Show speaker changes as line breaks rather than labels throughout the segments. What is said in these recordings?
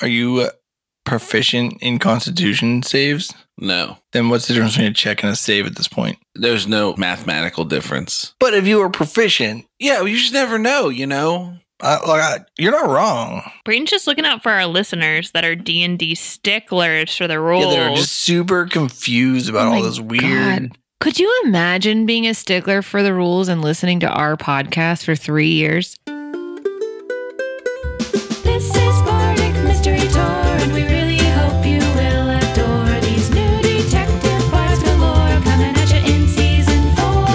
Are you uh, proficient in Constitution saves?
No,
Then what's the difference between a check and a save at this point?
there's no mathematical difference.
But if you were proficient,
Yeah, you just never know, you know?
I, like, I, you're not wrong.
Brayden's just looking out for our listeners that are D and D sticklers for the rules.
Yeah, they're just super confused about
Oh
all
my
this weird.
Could you imagine being a stickler for the rules and listening to our podcast for three years?
This is Bardic Mystery Tour, and we really hope you will adore these new detective bards galore coming at you in season four.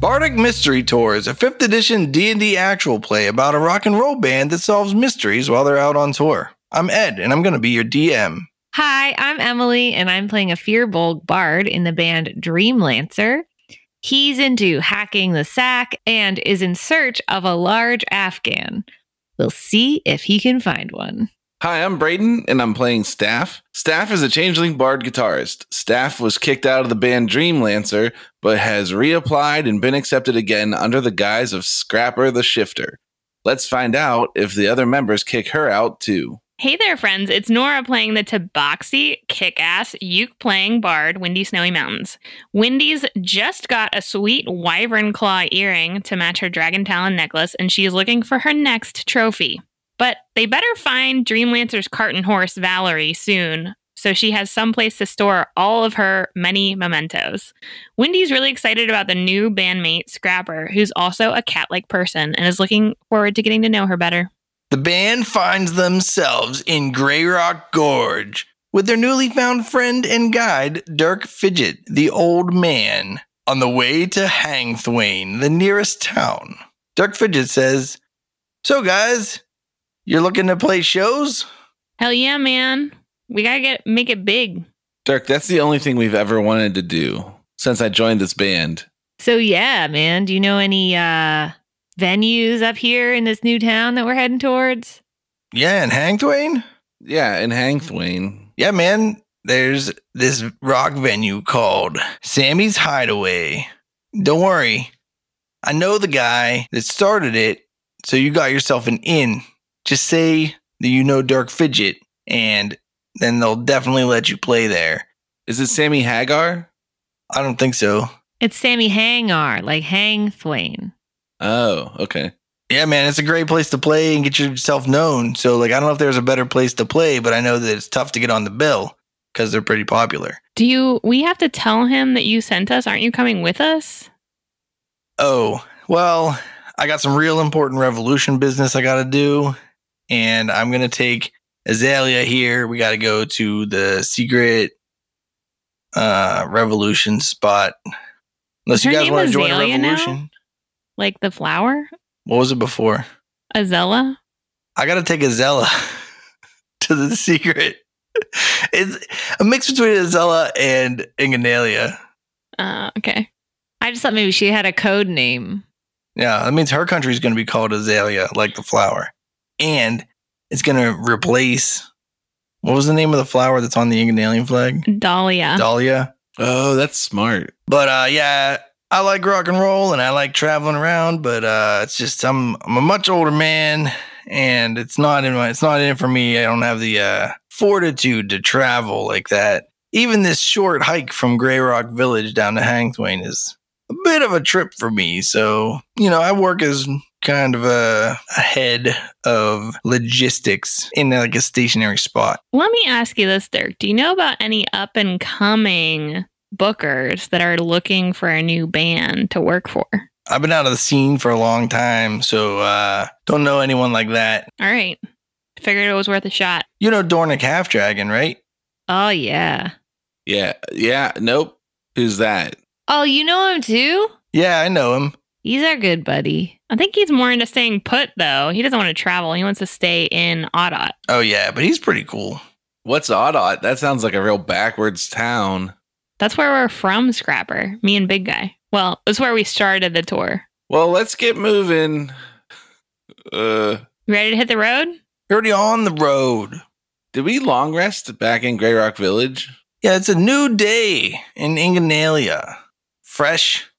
Bardic Mystery Tour is a 5th edition D&D actual play about a rock and roll band that solves mysteries while they're out on tour. I'm Ed, and I'm going to be your DM.
Hi, I'm Emily, and I'm playing a Fearbolg bard in the band Dreamlancer. He's into hacking the sack and is in search of a large Afghan. We'll see if he can find one.
Hi, I'm Brayden, and I'm playing Staff. Staff is a changeling bard guitarist. Staff was kicked out of the band Dreamlancer, but has reapplied and been accepted again under the guise of Scrapper the Shifter. Let's find out if the other members kick her out too.
Hey there, friends. It's Nora playing the Tabaxi, kick ass, uke playing bard, Windy Snowy Mountains. Windy's just got a sweet wyvern claw earring to match her dragon talon necklace, and she is looking for her next trophy. But they better find Dreamlancer's carton horse, Valerie, soon, so she has someplace to store all of her many mementos. Wendy's really excited about the new bandmate, Scrapper, who's also a cat like person and is looking forward to getting to know her better.
The band finds themselves in Grey Rock Gorge with their newly found friend and guide, Dirk Fidget, the old man, on the way to Hangthwain, the nearest town. Dirk Fidget says, So, guys, you're looking to play shows?
Hell yeah, man. We gotta get make it big.
Dirk, that's the only thing we've ever wanted to do since I joined this band.
So yeah, man, do you know any uh venues up here in this new town that we're heading towards?
Yeah, in Hangthwain?
Yeah, in Hangthwain.
Yeah, man. There's this rock venue called Sammy's Hideaway. Don't worry. I know the guy that started it, so you got yourself an in. Just say that you know Dirk Fidget, and then they'll definitely let you play there.
Is it Sammy Hagar?
I don't think so.
It's Sammy Hangar, like Hang Thwain.
Oh, okay.
Yeah, man, it's a great place to play and get yourself known. So, like, I don't know if there's a better place to play, but I know that it's tough to get on the bill because they're pretty popular.
Do you we have to tell him that you sent us? Aren't you coming with us?
Oh, well, I got some real important revolution business I got to do. And I'm going to take Azalea here. We got to go to the secret uh, revolution spot. Unless
Is
you
her
guys
name
want to join a
Azalea now?
revolution.
Like the flower?
What was it before?
Azella?
I got to take Azella to the secret. it's a mix between Azella and Inganalia.
Uh okay.
I just thought maybe she had a code name.
Yeah, that means her country is going to be called Azalea, like the flower. And it's going to replace what was the name of the flower that's on the Inganalian flag?
Dahlia.
Dahlia.
Oh, that's smart.
But uh, yeah, I like rock and roll and I like traveling around, but uh, it's just I'm I'm a much older man and it's not in my it's not in it for me. I don't have the uh, fortitude to travel like that. Even this short hike from Grey Rock Village down to Hangthwain is a bit of a trip for me. So, you know, I work as kind of a, a head of logistics in like a stationary spot.
Let me ask you this, Dirk. Do you know about any up and coming bookers that are looking for a new band to work for?
I've been out of the scene for a long time, so uh, don't know anyone like that.
All right. Figured it was worth a shot.
You know Dornick Half Dragon, right?
Oh yeah.
Yeah, yeah, nope. Who's that?
Oh, you know him too?
Yeah, I know him.
He's our good buddy.
I think he's more into staying put though. He doesn't want to travel. He wants to stay in Audot.
Oh yeah, but he's pretty cool.
What's Audot? That sounds like a real backwards town.
That's where we're from, Scrapper. Me and Big Guy. Well, it's where we started the tour.
Well, let's get moving. Uh,
You ready to hit the road?
You're already on the road.
did we long rest back in Grey Rock Village?
Yeah, it's a new day in Inganalia. Fresh,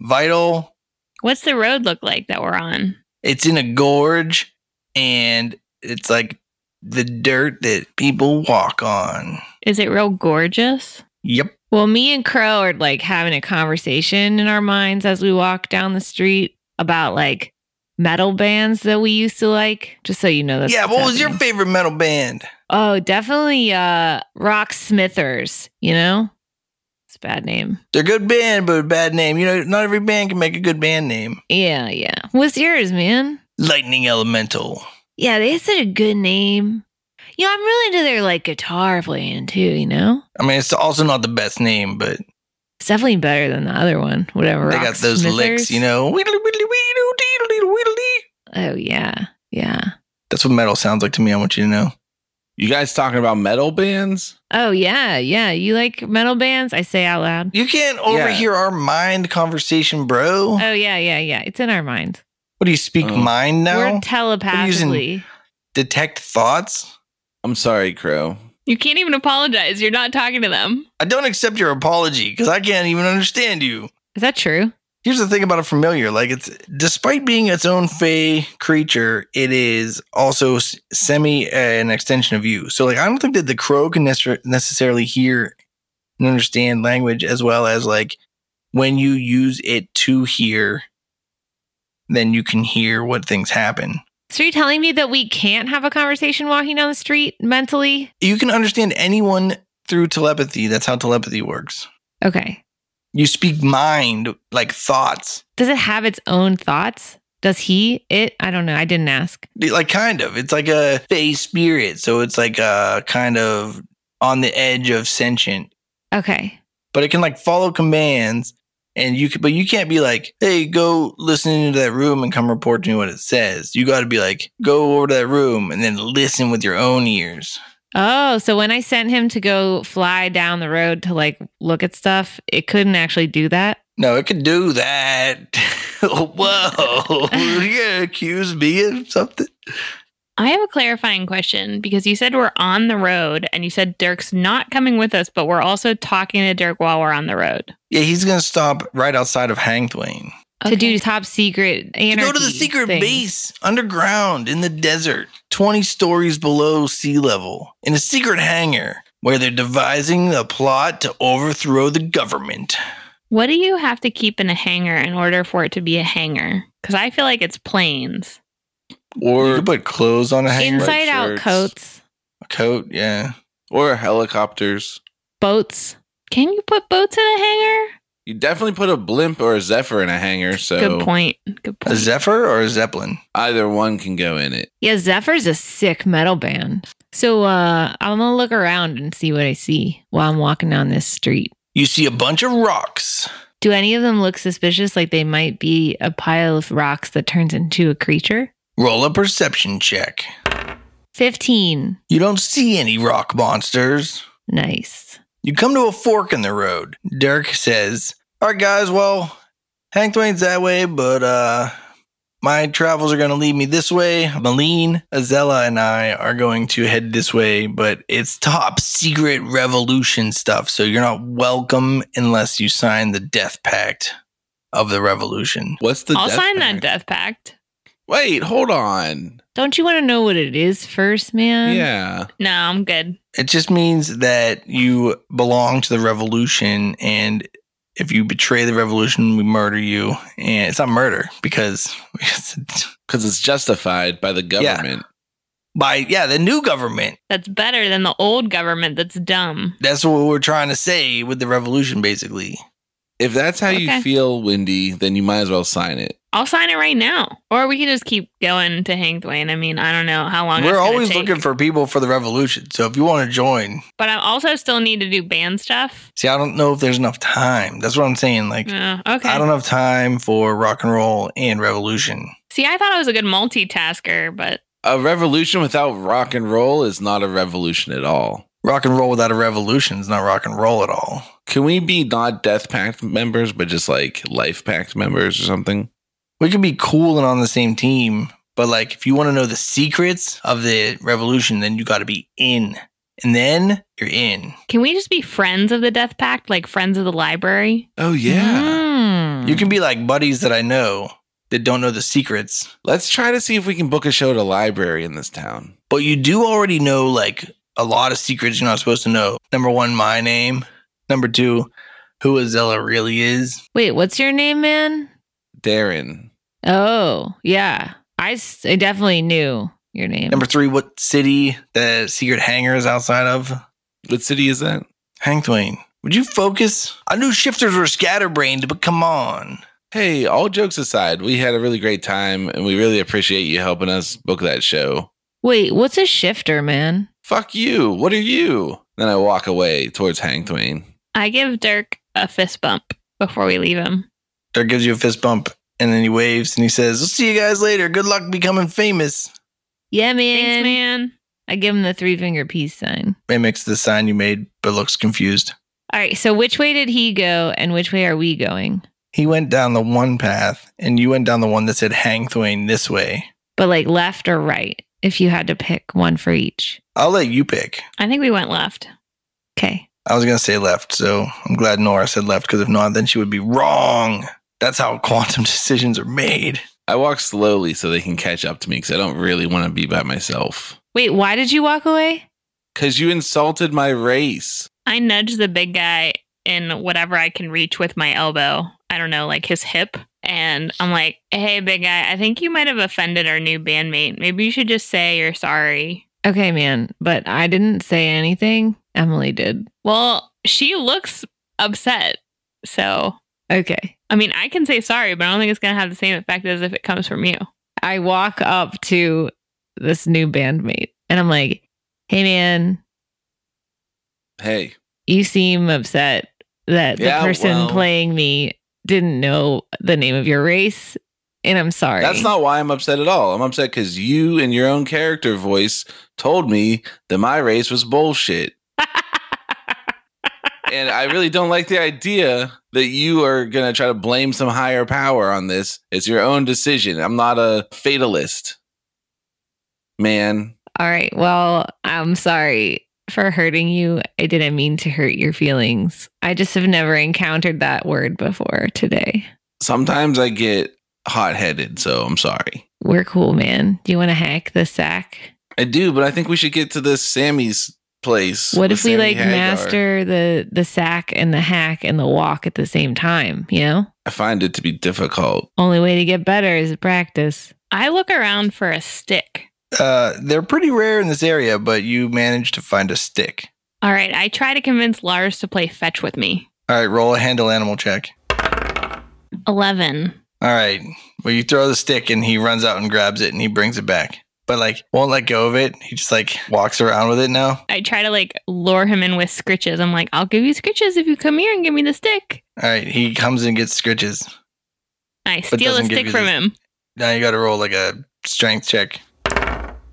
vital.
What's the road look like that we're on?
It's in a gorge and it's like the dirt that people walk on.
Is it real gorgeous?
Yep.
Well, me and Crow are like having a conversation in our minds as we walk down the street about like metal bands that we used to like. Just so you know, that's
yeah.
what's
What was your
happening.
favorite metal band?
Oh, definitely uh Rock Smithers, you know? It's a bad name.
They're a good band, but a bad name. You know, not every band can make a good band name.
Yeah, yeah. What's yours, man?
Lightning Elemental.
Yeah, they had such a good name. You know, I'm really into their like guitar playing too, you know?
I mean, it's also not the best name, but
It's definitely better than the other one, whatever.
they got those licks,
Rocksmithers.
you know. Whittly, whittly, wheedle, deedle, deedle, whittly.
Oh yeah. Yeah.
That's what metal sounds like to me. I want you to know.
You guys talking about metal bands?
Oh yeah, yeah. You like metal bands? I say out loud.
You can't overhear our mind conversation, bro.
Oh yeah, yeah, yeah. It's in our minds.
What do you speak
Oh.
mind now?
We're telepathically.
Detect thoughts?
I'm sorry, Crow.
You can't even apologize. You're not talking to them.
I don't accept your apology because I can't even understand you.
Is that true?
Here's the thing about a familiar like, it's despite being its own fey creature, it is also s- semi uh, an extension of you. So, like, I don't think that the crow can necessar necessarily hear and understand language as well as, like, when you use it to hear, then you can hear what things happen.
So you're telling me that we can't have a conversation walking down the street mentally?
you can understand anyone through telepathy. That's how telepathy works.
Okay.
You speak mind, like thoughts,
Does it have its own thoughts? Does he? It? I don't know. I didn't ask.
like kind of. It's like a fey spirit. So it's like a kind of on the edge of sentient,
Okay.
but it can like follow commands. And you can, but you can't be like, hey, go listen into that room and come report to me what it says. You got to be like, go over to that room and then listen with your own ears.
Oh, so when I sent him to go fly down the road to like look at stuff, it couldn't actually do that.
No, it could do that. Whoa, you gonna accuse me of something?
I have a clarifying question because you said we're on the road and you said Dirk's not coming with us, but we're also talking to Dirk while we're on the road.
Yeah, he's gonna stop right outside of Hangthwain.
To do top secret
To
anarchy.
go to the secret
things.
base underground in the desert, 20 stories below sea level, in a secret hangar where they're devising a plot to overthrow the government.
What do you have to keep in a hangar in order for it to be a hangar? Because I feel like it's planes.
Or you
Or
could put clothes on a hangar,
Inside-
Inside out
shirts.
coats,
a coat, yeah.
or helicopters.
boats.
Can you put boats in a hangar?
You definitely put a blimp or a zephyr in a hangar,
Oh,
Good
so
point. Good
A
point.
Zephyr or a Zeppelin?
either one can go in it.
Yeah, Zephyr's a sick metal band. So uh I'm gonna look around and see what I see while I'm walking down this street.
You see a bunch of rocks.
Do any of them look suspicious like they might be a pile of rocks that turns into a creature?
Roll a perception check.
15.
You don't see any rock monsters.
Nice.
You come to a fork in the road. Dirk says, All right, guys, well, Hank Twain's that way, but uh, my travels are going to lead me this way. Malene, Azella, and I are going to head this way, but it's top secret revolution stuff, so you're not welcome unless you sign the death pact of the revolution.
What's the?
I'll
death
sign
pact?
that death pact.
Wait, hold on.
Don't you want to know what it is first,
Um,
man?
yeah,
No, I'm good.
It just means that you belong to the revolution, and if you betray the revolution, we murder you. And it's not murder because
because it's justified by the
Yeah.
government.
by yeah, the new government.
That's better than the old government that's dumb.
That's what we're trying to say with the revolution, basically.
If that's how
Okay.
you feel, Wendy, then you might as well sign it.
I'll sign it right now. Or we can just keep going to Hank Dwayne. I mean, I don't know how long
We're
it's gonna
always
take.
looking for people for the revolution. So if you want to join,
But I also still need to do band stuff.
see, I don't know if there's enough time. That's what I'm saying. Like,
Oh, okay.
I don't have time for rock and roll and revolution.
See, I thought I was a good multitasker, but
A revolution without rock and roll is not a revolution at all.
Rock and roll without a revolution is not rock and roll at all.
Can we be not Death Pact members, but just like Life Pact members or something?
We could be cool and on the same team, but like if you want to know the secrets of the revolution, then you got to be in. And then you're in.
can we just be friends of the Death Pact, like friends of the library?
Oh
Mm.
You can be like buddies that I know. that don't know the secrets.
Let's try to see if we can book a show at a library in this town.
But you do already know like a lot of secrets you're not supposed to know. Number one, my name. Number two, who Azella really is.
Wait, what's your name, man?
Darren.
Oh, yeah. I, s- I definitely knew your name.
Number three, what city the secret hangar is outside of?
What city is that?
Hangtwain. Would you focus? I knew shifters were scatterbrained, but come on.
Hey, all jokes aside, we had a really great time and we really appreciate you helping us book that show.
Wait, what's a shifter, man?
Fuck you. What are you? Then I walk away towards Hang Twain.
I give Dirk a fist bump before we leave him.
Dirk gives you a fist bump and then he waves and he says, We'll see you guys later. Good luck becoming famous.
Yeah,
Thanks,
man.
man.
I give him the three finger peace sign.
Mimics the sign you made, but looks confused.
All right, so which way did he go and which way are we going?
He went down the one path and you went down the one that said Hangtwain this way.
But like left or right, if you had to pick one for each.
I'll let you pick.
I think we went left.
Okay.
I was gonna say left, so I'm glad Nora said left because if not, then she would be wrong. That's how quantum decisions are made.
I walk slowly so they can catch up to me because I don't really want to be by myself.
Wait, why did you walk away?
Because you insulted my race.
I nudge the big guy in whatever I can reach with my elbow. I don't know, like his hip. And I'm like, hey, big guy, I think you might have offended our new bandmate. Maybe you should just say you're sorry.
Okay, man, but I didn't say anything. Emily did.
Well, she looks upset. So,
Okay.
I mean, I can say sorry, but I don't think it's going to have the same effect as if it comes from you.
I walk up to this new bandmate and I'm like, hey, man,
Hey,
you seem upset that
Yeah,
the person
well-
playing me didn't know the name of your race. And I'm sorry.
that's not why I'm upset at all. I'm upset because you and your own character voice told me that my race was bullshit. and I really don't like the idea that you are going to try to blame some higher power on this. It's your own decision. I'm not a fatalist. Man,
All right. Well, I'm sorry for hurting you. I didn't mean to hurt your feelings. I just have never encountered that word before today.
sometimes I get hot headed, so I'm sorry.
We're cool, man. Do you want to hack the sack?
I do, but I think we should get to this Sammy's place.
What
with
if we
Sammy
like
Hagar.
master the the sack and the hack and the walk at the same time, you know?
I find it to be difficult.
Only way to get better is practice.
I look around for a stick.
Uh, they're pretty rare in this area, but you managed to find a stick.
All right, I try to convince Lars to play fetch with me.
All right, roll a handle animal check.
11.
All right, well, you throw the stick and he runs out and grabs it and he brings it back, but like won't let go of it. He just like walks around with it now.
I try to like lure him in with scritches. I'm like, I'll give you scritches if you come here and give me the stick.
All right, he comes and gets scritches.
I steal a
doesn't give
stick
you
from
the-
him.
Now you got to roll like a strength check.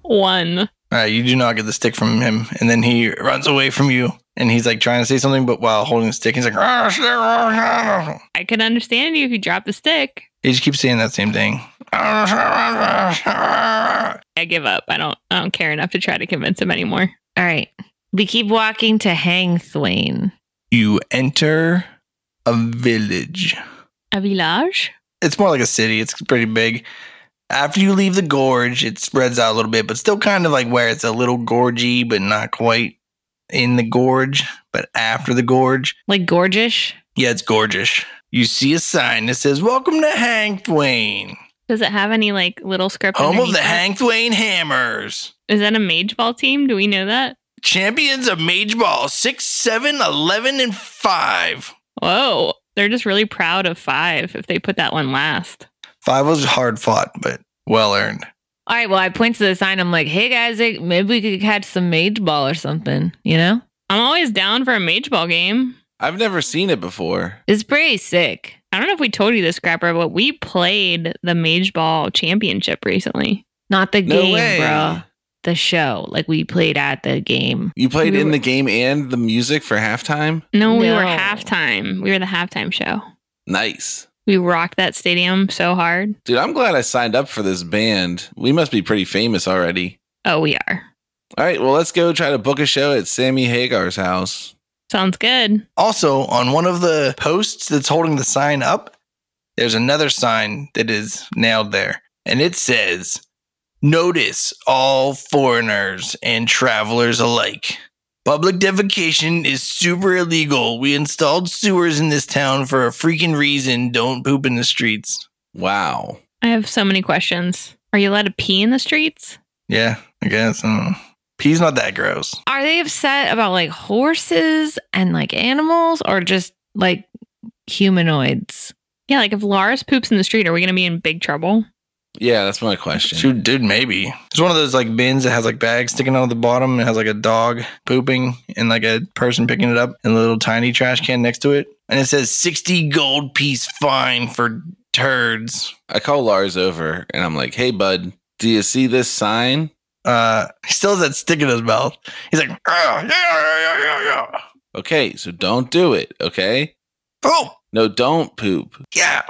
One.
All right, you do not get the stick from him, and then he runs away from you, and he's like trying to say something, but while holding the stick, he's like, "Ah, stick, ah, ah."
I could understand you if you dropped the stick.
he just keeps saying that same thing. "Ah, ah, ah, ah."
I give up. I don't I don't care enough to try to convince him anymore.
All right. We keep walking to Hang Thwain.
You enter a village.
A village?
It's more like a city. It's pretty big. After you leave the gorge, it spreads out a little bit, but still kind of like where it's a little gorgy, but not quite in the gorge. But after the gorge,
Like gorgeous.
Yeah, it's gorgeous. You see a sign that says, Welcome to Hank Thwain,
Does it have any like little script?
home of
underneath
the
it?
Hank Thwain Hammers.
Is that a mage ball team? Do we know that?
Champions of Mage Ball 6, 7, 11, and 5.
Whoa. They're just really proud of five if they put that one last.
5 was hard fought, but well earned.
All right. Well, I point to the sign. I'm like, hey guys, like, maybe we could catch some mage ball or something. You know,
I'm always down for a mage ball game.
I've never seen it before.
it's pretty sick.
I don't know if we told you this, Scrapper, but we played the Mage Ball Championship recently.
Not the
No
game,
way.
bro. The show. Like we played at the game.
You played
We
in
were-
the game and the music for halftime?
No, we
No.
were halftime. We were the halftime show.
Nice.
We rocked that stadium so hard.
Dude, I'm glad I signed up for this band. We must be pretty famous already.
Oh, we are.
All right, well, let's go try to book a show at Sammy Hagar's house.
Sounds good.
Also, on one of the posts that's holding the sign up, there's another sign that is nailed there, and it says, Notice all foreigners and travelers alike. Public defecation is super illegal. We installed sewers in this town for a freaking reason. Don't poop in the streets.
Wow.
I have so many questions. Are you allowed to pee in the streets?
Yeah, I guess. I don't know. Pee's not that gross.
Are they upset about like horses and like animals or just like humanoids?
Yeah, like if Lars poops in the street, are we going to be in big trouble?
Yeah, that's my question.
Shoot, dude, maybe. There's one of those like bins that has like bags sticking out of the bottom and it has like a dog pooping and like a person picking it up and a little tiny trash can next to it. And it says 60 gold piece fine for turds.
I call Lars over and I'm like, hey, bud, do you see this sign?
Uh, he still has that stick in his mouth. He's like, "Ah, yeah, yeah, yeah, yeah, yeah.
Okay, so don't do it, okay?
Boom.
No, don't poop.
Yeah.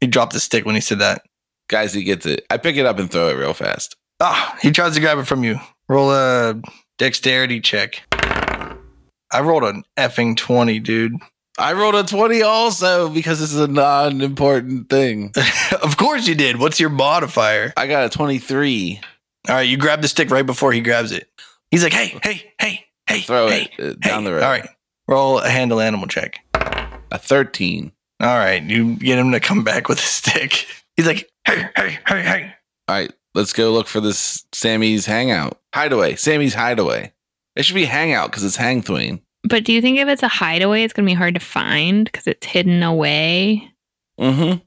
He dropped the stick when he said that.
Guys, he gets it. I pick it up and throw it real fast.
Ah, he tries to grab it from you. Roll a dexterity check. I rolled an effing 20, dude.
I rolled a 20 also because this is a non important thing.
of course you did. What's your modifier?
I got a 23.
All right, you grab the stick right before he grabs it. He's like, hey, hey, hey, hey.
Throw
hey,
it uh,
hey."
down the road.
All right, roll a handle animal check.
A 13.
All right, you get him to come back with a stick. He's like, hey, hey, hey, hey.
All right, let's go look for this Sammy's hangout. Hideaway. Sammy's hideaway. It should be hangout because it's Hangthwain.
But do you think if it's a hideaway, it's going to be hard to find because it's hidden away?
Mm-hmm.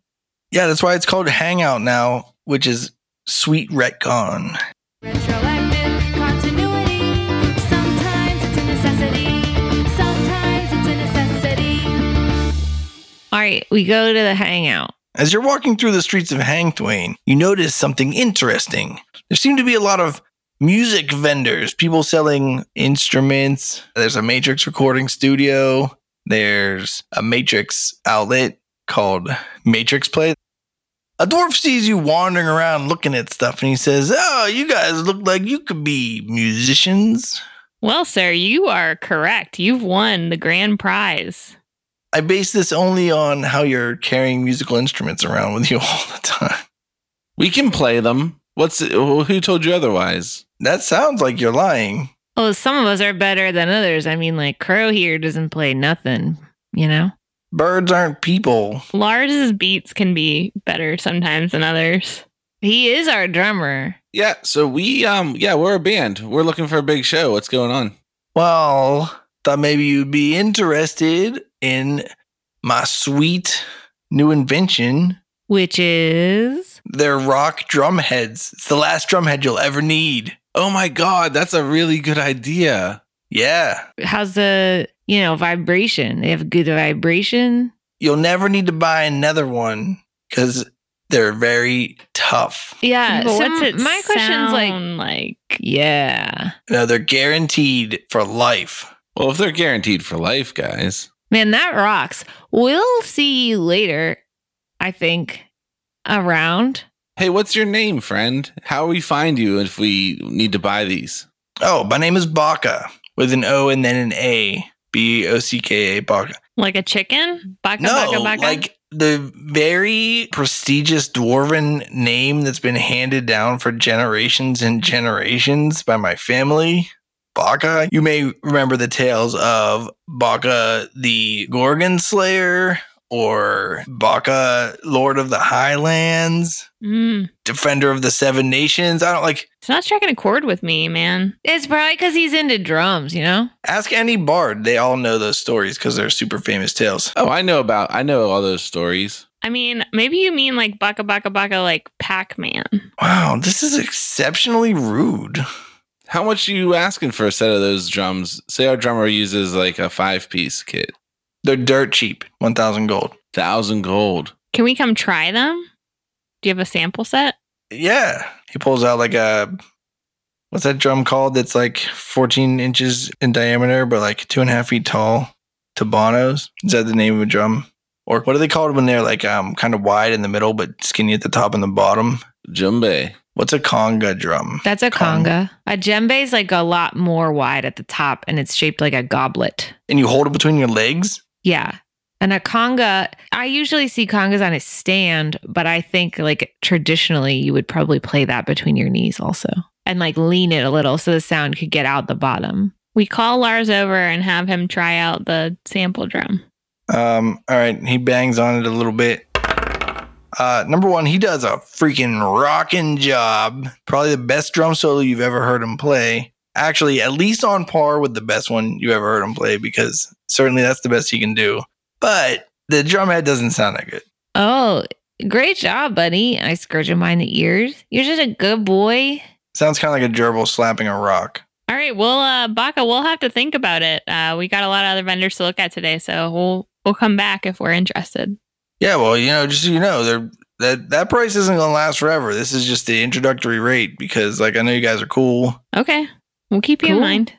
Yeah, that's why it's called Hangout now, which is sweet retcon.
Retroactive continuity. Sometimes it's a necessity. Sometimes it's a necessity.
All right, we go to the hangout.
As you're walking through the streets of Hangthwain, you notice something interesting. There seem to be a lot of music vendors, people selling instruments. There's a Matrix recording studio. There's a Matrix outlet called Matrix Play. A dwarf sees you wandering around looking at stuff and he says, Oh, you guys look like you could be musicians.
Well, sir, you are correct. You've won the grand prize.
I base this only on how you're carrying musical instruments around with you all the time.
We can play them. What's it, who told you otherwise?
That sounds like you're lying.
Well, some of us are better than others. I mean, like Crow here doesn't play nothing, you know?
Birds aren't people.
Lars's beats can be better sometimes than others.
He is our drummer.
Yeah, so we um yeah, we're a band. We're looking for a big show. What's going on?
Well, thought maybe you'd be interested in my sweet new invention.
which is
They're rock drum heads. It's the last drum head you'll ever need.
Oh my god, that's a really good idea.
Yeah.
how's the you know vibration they have good vibration
You'll never need to buy another one because they're very tough.
yeah
But
so
what's it
my question's like
sound like?
yeah
No, they're guaranteed for life.
Well, if they're guaranteed for life, guys.
man that rocks we'll see you later i think around
Hey, what's your name, friend? How we find you if we need to buy these?
Oh, my name is Baka with an O and then an A. B O C K A Baka.
Like a chicken? Baka
No,
baka baka?
like the very prestigious dwarven name that's been handed down for generations and generations by my family. Baka. You may remember the tales of Baka the Gorgon Slayer or Baka Lord of the Highlands,
Mm.
Defender of the Seven Nations. I don't like
It's not striking a chord with me, man.
it's probably because he's into drums you know
ask any bard. They all know those stories because they're super famous tales.
Oh, I know about I know all those stories.
I mean, maybe you mean like baka baka baka like Pac Man.
Wow, this is exceptionally rude.
How much you asking for a set of those drums? Say our drummer uses like a five piece kit.
They're dirt cheap, 1,000 gold.
Thousand gold.
Can we come try them? Do you have a sample set?
Yeah. He pulls out like a what's that drum called that's like 14 inches in diameter, but like two and a half feet tall? Tabanos. Is that the name of a drum? Or what are they called when they're like um kind of wide in the middle but skinny at the top and the bottom?
Jumbe.
What's a conga drum?
that's a
Conga.
conga a djembe is like a lot more wide at the top and it's shaped like a goblet
And you hold it between your legs?
yeah And a conga, I usually see congas on a stand, but I think like traditionally you would probably play that between your knees also and like lean it a little so the sound could get out the bottom.
We call Lars over and have him try out the sample drum.
Um, all right, he bangs on it a little bit. Uh, number one, he does a freaking rocking job. Probably the best drum solo you've ever heard him play. Actually, at least on par with the best one you ever heard him play, because certainly that's the best he can do. But the drum head doesn't sound that good.
Oh, great job, buddy. I scourge him behind the ears. You're just a good boy.
Sounds kind of like a gerbil slapping a rock.
All right, well, uh, Baca, we'll have to think about it. Uh, we got a lot of other vendors to look at today, so we'll we'll come back if we're interested.
Yeah, well, you know, just so you know, they're, that that price isn't gonna last forever. This is just the introductory rate because, like, I know you guys are cool.
Okay, we'll keep you
Cool.
in mind.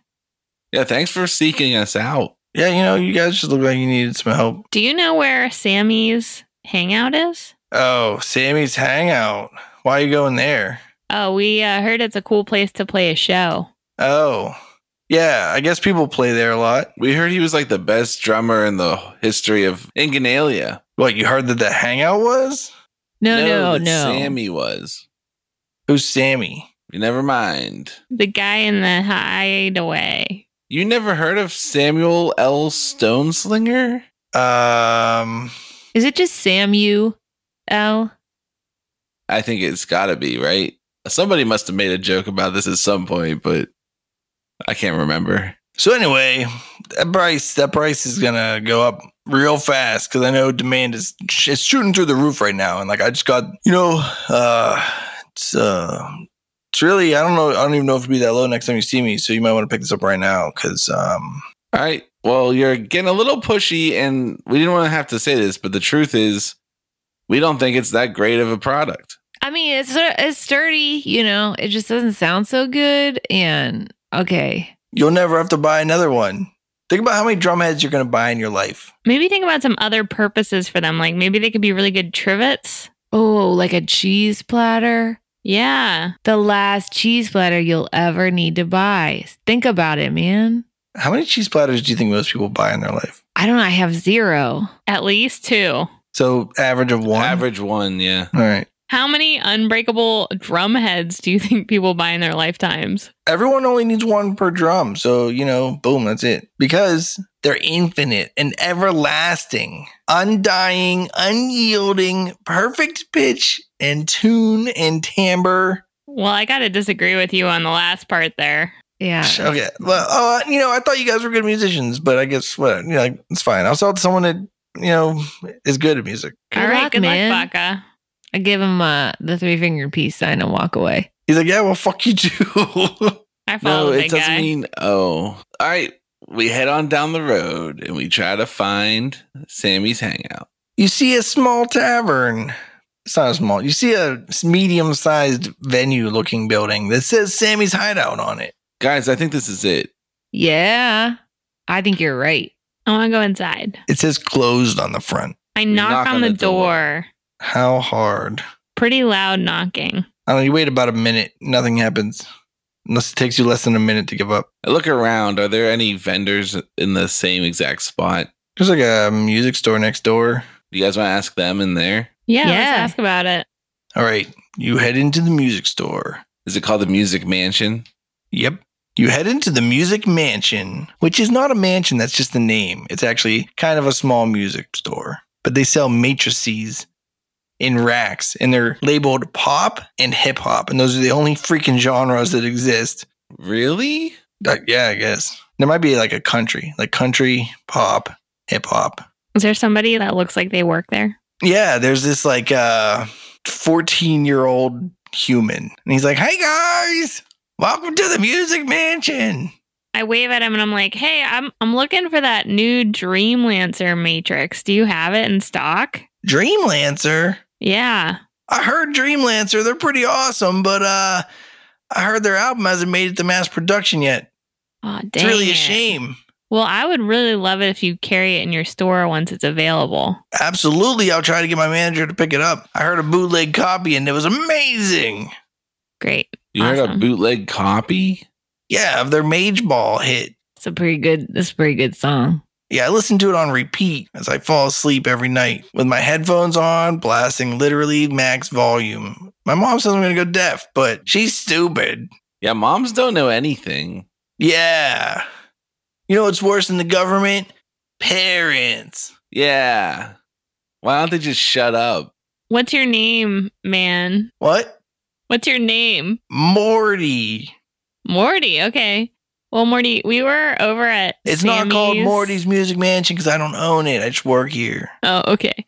Yeah, thanks for seeking us out.
Yeah, you know, you guys just look like you needed some help.
Do you know where Sammy's hangout is?
Oh, Sammy's hangout. Why are you going there?
Oh, we uh, heard it's a cool place to play a show.
Oh, yeah. I guess people play there a lot.
We heard he was like the best drummer in the history of Inganalia.
What you heard that the hangout was?
No, no, no.
that Sammy was.
Who's Sammy?
Never mind.
The guy in the hideaway.
You never heard of Samuel L. Stoneslinger?
Um,
Is it just Samu? L?
I think it's gotta be, right? Somebody must have made a joke about this at some point, but I can't remember.
so anyway, that price that price is gonna go up real fast because I know demand is it's shooting through the roof right now, and like I just got you know uh it's uh it's really I don't know I don't even know if it'll be that low next time you see me, so you might want to pick this up right now because um
All right. Well, you're getting a little pushy, and we didn't want to have to say this, but the truth is, we don't think it's that great of a product.
I mean, it's sort of- it's sturdy, you know. It just doesn't sound so good. And okay,
you'll never have to buy another one. Think about how many drum heads you're gonna buy in your life.
Maybe think about some other purposes for them. Like maybe they could be really good trivets.
oh, like a cheese platter,
Yeah.
the last cheese platter you'll ever need to buy. Think about it, man.
How many cheese platters do you think most people buy in their life?
I don't. know. I have zero.
At least two.
So average of one.
Average one, yeah.
All right.
How many unbreakable drum heads do you think people buy in their lifetimes?
Everyone only needs one per drum. So, you know, boom, that's it. Because they're infinite and everlasting, undying, unyielding, perfect pitch and tune and timbre.
Well, I got to disagree with you on the last part there.
Yeah.
Okay. Well, uh, you know, I thought you guys were good musicians, but I guess what? You know, like, it's fine. I'll sell it to someone that, you know, is good at music.
Good
All right,
luck,
good
man.
luck, Baca.
I give him uh, the three finger peace sign and walk away.
He's like, yeah, well, fuck you too.
I
No,
follow the
it
big
doesn't
guy.
mean. Oh, all right. We head on down the road and we try to find Sammy's hangout.
You see a small tavern. It's not a small. You see a medium sized venue looking building that says Sammy's Hideout on it.
Guys, I think this is it.
Yeah, I think you're right.
I want to go inside.
It says closed on the front.
I
You
knock, on, the, door.
How hard?
Pretty loud knocking.
I don't know. You wait about a minute. Nothing happens. Unless it takes you less than a minute to give up.
I look around. Are there any vendors in the same exact spot?
There's like a music store next door.
Do you guys want to ask them in there?
Yeah,
Yeah.
let's ask about it.
All right. You head into the music store.
Is it called the Music Mansion?
Yep. You head into the Music Mansion, which is not a mansion, that's just the name. It's actually kind of a small music store, but they sell matrices in racks and they're labeled pop and hip hop. And those are the only freaking genres that exist.
Really?
Like, yeah, I guess. There might be like a country, like country, pop, hip hop.
Is there somebody that looks like they work there?
Yeah, there's this like uh 14 year old human. And he's like, hey guys, welcome to the Music Mansion.
I wave at him and I'm like, "Hey, I'm I'm looking for that new Dream Lancer Matrix. Do you have it in stock?"
Dream Lancer.
Yeah.
I heard Dream Lancer, they're pretty awesome, but uh I heard their album hasn't made it to mass production yet.
Oh, dang.
It's really
it.
a shame.
Well, I would really love it if you carry it in your store once it's available.
Absolutely, I'll try to get my manager to pick it up. I heard a bootleg copy and it was amazing.
Great.
You heard a
Awesome.
bootleg copy?
Yeah, of their Mage Ball hit.
It's a pretty good. It's a pretty good song.
Yeah, I listen to it on repeat as I fall asleep every night with my headphones on, blasting literally max volume. My mom says I'm going to go deaf, but she's stupid.
Yeah, moms don't know anything.
Yeah. You know what's worse than the government? Parents.
Yeah. Why don't they just shut up?
What's your name, man?
What?
What's your name?
Morty.
Morty. Okay. Well, Morty, we were over at.
It's not called
Sammy's-
Morty's Music Mansion because I don't own it. I just work here.
Oh, okay.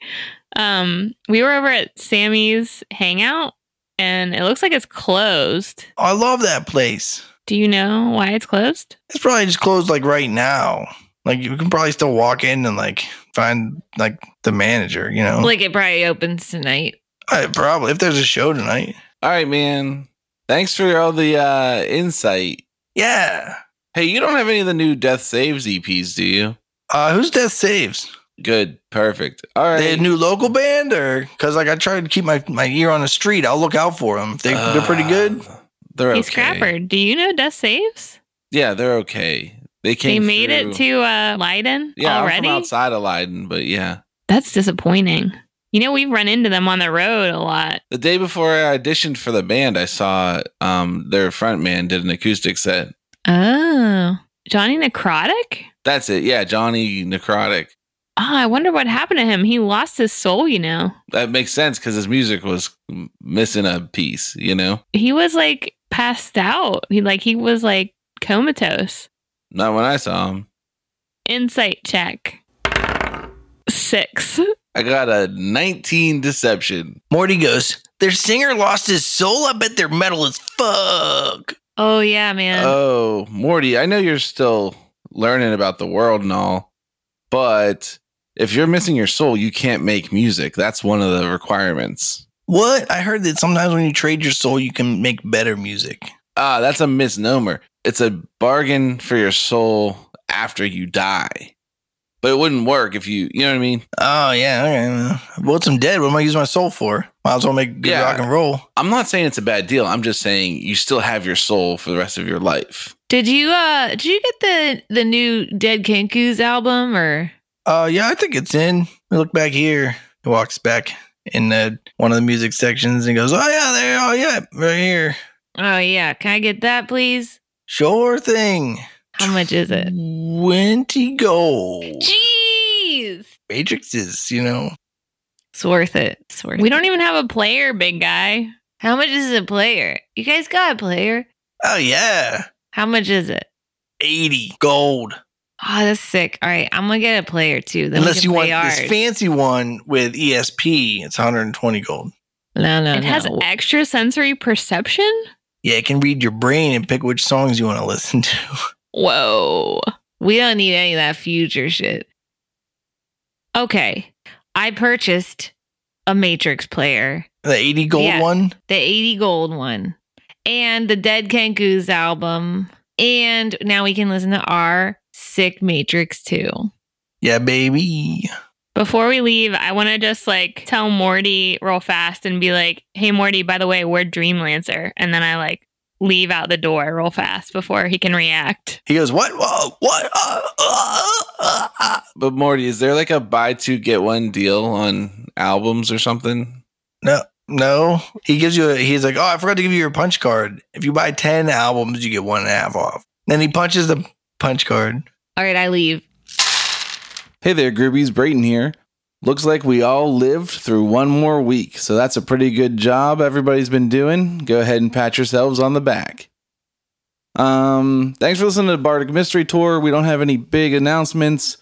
Um, we were over at Sammy's Hangout, and it looks like it's closed.
I love that place.
Do you know why it's closed?
It's probably just closed like right now. Like you can probably still walk in and like find like the manager, you
Oh.
know.
Like it probably opens tonight.
I, probably if there's a show tonight.
All right, man. Thanks for all the uh, insight.
Yeah.
Hey, you don't have any of the new Death Saves EPs, do you?
Uh, who's Death Saves?
Good. Perfect. All right.
They a new local band or because like I try to keep my, my ear on the street. I'll look out for them. If they, they're pretty good.
Uh, They're
Hey,
okay.
Scrapper, do you know Dust Saves?
Yeah, they're okay. They
They
came.
made it
through-
to uh, Leiden
yeah, I'm
already?
from outside of Leiden, but yeah.
That's disappointing. You know, we've run into them on the road a lot.
The day before I auditioned for the band, I saw um, their front man did an acoustic set.
Oh. Johnny Necrotic?
That's it. Yeah, Johnny Necrotic.
Oh, I wonder what happened to him. He lost his soul, you know.
That makes sense because his music was m- missing a piece, you know?
He was like passed out. He like he was like comatose.
Not when I saw him.
Insight check. Six.
I got a 19 deception.
Morty goes. Their singer lost his soul. I bet their metal is fuck.
Oh yeah, man.
Oh, Morty, I know you're still learning about the world and all, but if you're missing your soul, you can't make music. That's one of the requirements.
What? I heard that sometimes when you trade your soul, you can make better music.
Ah, that's a misnomer. It's a bargain for your soul after you die. But it wouldn't work if you, you know what I mean?
Oh yeah, okay. Well, it's I'm dead. What am I using my soul for? Might as well make good
Yeah.
rock and roll.
I'm not saying it's a bad deal. I'm just saying you still have your soul for the rest of your life.
Did you uh did you get the the new Dead Cankus album or
Uh, yeah, I think it's in. I look back here. He walks back in the one of the music sections and goes, "Oh yeah, there. Oh yeah, right here.
Oh yeah, can I get that please?
Sure thing.
How much is it?
Twenty gold.
Jeez.
Matrixes, you know.
It's worth it. It's worth
We
it.
don't even have a player, big guy.
How much is a player? You guys got a player?
Oh yeah,
How much is it?
eighty gold.
Oh, that's sick. All right, I'm gonna get a player too. Then
Unless you want
ours.
this fancy one with ESP, it's one hundred and twenty gold.
no, no,
It
no.
has extra sensory perception?
Yeah, it can read your brain and pick which songs you want to listen to.
Whoa.
we don't need any of that future shit. Okay, I purchased a Matrix player,
The eighty gold
Yeah.
one.
the 80 gold one, and the Dead Kankus album, and now we can listen to our sick Matrix too.
Yeah, baby.
Before we leave, I want to just like tell Morty real fast and be like, hey, Morty, by the way, we're Dreamlancer. And then I like leave out the door real fast before he can react.
He goes, what? Whoa, what? Uh, uh, uh, uh."
But Morty, is there like a buy two get one deal on albums or something?
No, he gives you. A, he's like, oh, I forgot to give you your punch card. If you buy ten albums, you get one and a half off. Then he punches the punch card.
All right, I leave.
Hey there, Groovies, Brayton here. Looks like we all lived through one more week, so that's a pretty good job everybody's been doing. Go ahead and pat yourselves on the back. Um, thanks for listening to the Bardic Mystery Tour. We don't have any big announcements.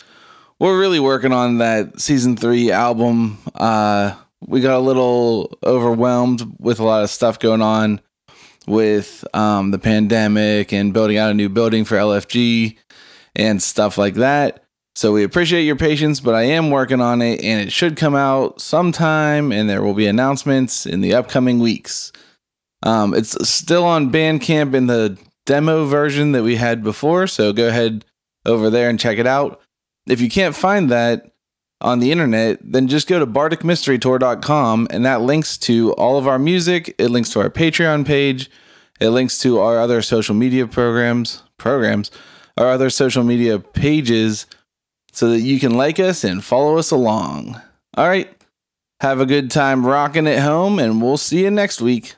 We're really working on that season three album. Uh, we got a little overwhelmed with a lot of stuff going on with um, the pandemic and building out a new building for LFG and stuff like that. So we appreciate your patience, but I am working on it and it should come out sometime and there will be announcements in the upcoming weeks. Um, it's still on Bandcamp in the demo version that we had before, so go ahead over there and check it out. If you can't find that on the internet, then just go to bardicmysterytour.com and that links to all of our music, it links to our Patreon page, it links to our other social media programs, programs, our other social media pages so that you can like us and follow us along. All right. Have a good time rocking it home, and we'll see you next week.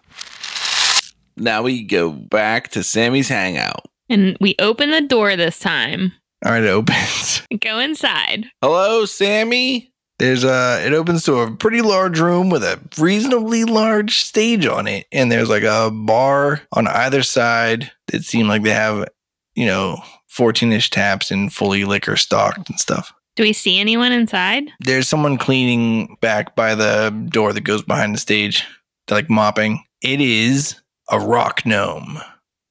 Now we go back to Sammy's hangout.
And we open the door this time.
All right, it opens.
Go inside.
Hello, Sammy.
There's a it opens to a pretty large room with a reasonably large stage on it, and there's like a bar on either side that seem like they have, you know, 14-ish taps and fully liquor stocked and stuff.
Do we see anyone inside?
There's someone cleaning back by the door that goes behind the stage, They're, like mopping. It is a rock gnome,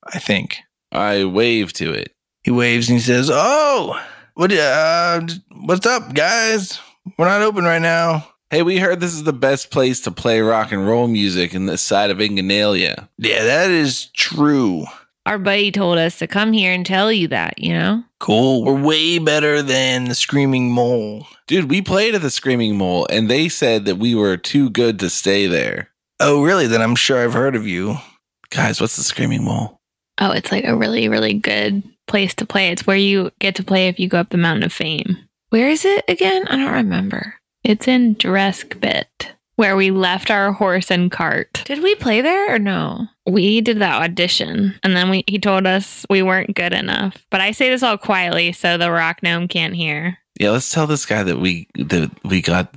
I think.
I wave to it.
He waves and he says, "Oh, what? Uh, what's up, guys? We're not open right now.
Hey, we heard this is the best place to play rock and roll music in this side of Inganalia.
Yeah, that is true.
Our buddy told us to come here and tell you that, you know?
Cool. We're way better than the Screaming Mole.
Dude, we played at the Screaming Mole and they said that we were too good to stay there.
Oh, really? Then I'm sure I've heard of you.
Guys, what's the Screaming Mole?
Oh, it's like a really, really good place to play. It's where you get to play if you go up the Mountain of Fame.
Where is it again? I don't remember.
It's in Dreskbit, where we left our horse and cart.
Did we play there or no?
We did that audition, and then we, he told us we weren't good enough. But I say this all quietly so the rock gnome can't hear.
Yeah, let's tell this guy that we that we got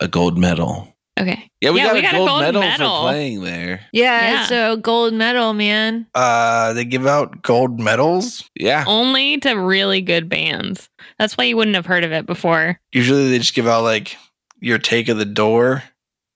a gold medal.
Okay.
Yeah, we,
Yeah,
got,
we
a, gold medal, for playing there.
Yeah,
Yeah.
so gold medal, man.
Uh, they give out gold medals.
Oh.
Yeah.
Only to really good bands. That's why you wouldn't have heard of it before.
Usually they just give out like your take of the door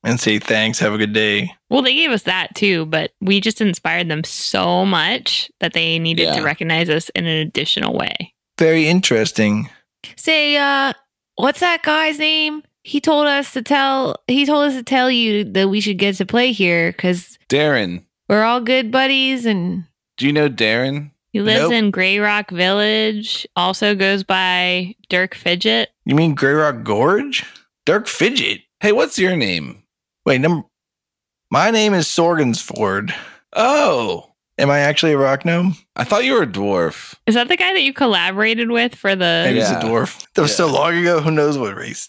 and say thanks, have a good day.
Well, they gave us that too, but we just inspired them so much that they needed
Yeah.
to recognize us in an additional way.
Very interesting.
Say, uh, what's that guy's name? He told us to tell he told us to tell you that we should get to play here because
Darren.
we're all good buddies and
Do you know Darren?
He lives
Nope.
in Grey Rock Village, also goes by Dirk Fidget.
You mean Grey Rock Gorge? Dirk Fidget.
Hey, what's your name?
Wait, number. My name is Sorgensford.
Oh,
Am I actually a rock gnome?
I thought you were a dwarf.
Is that the guy that you collaborated with for
Maybe
the
he's
Yeah.
a dwarf. That was so
Yeah.
long ago. Who knows what race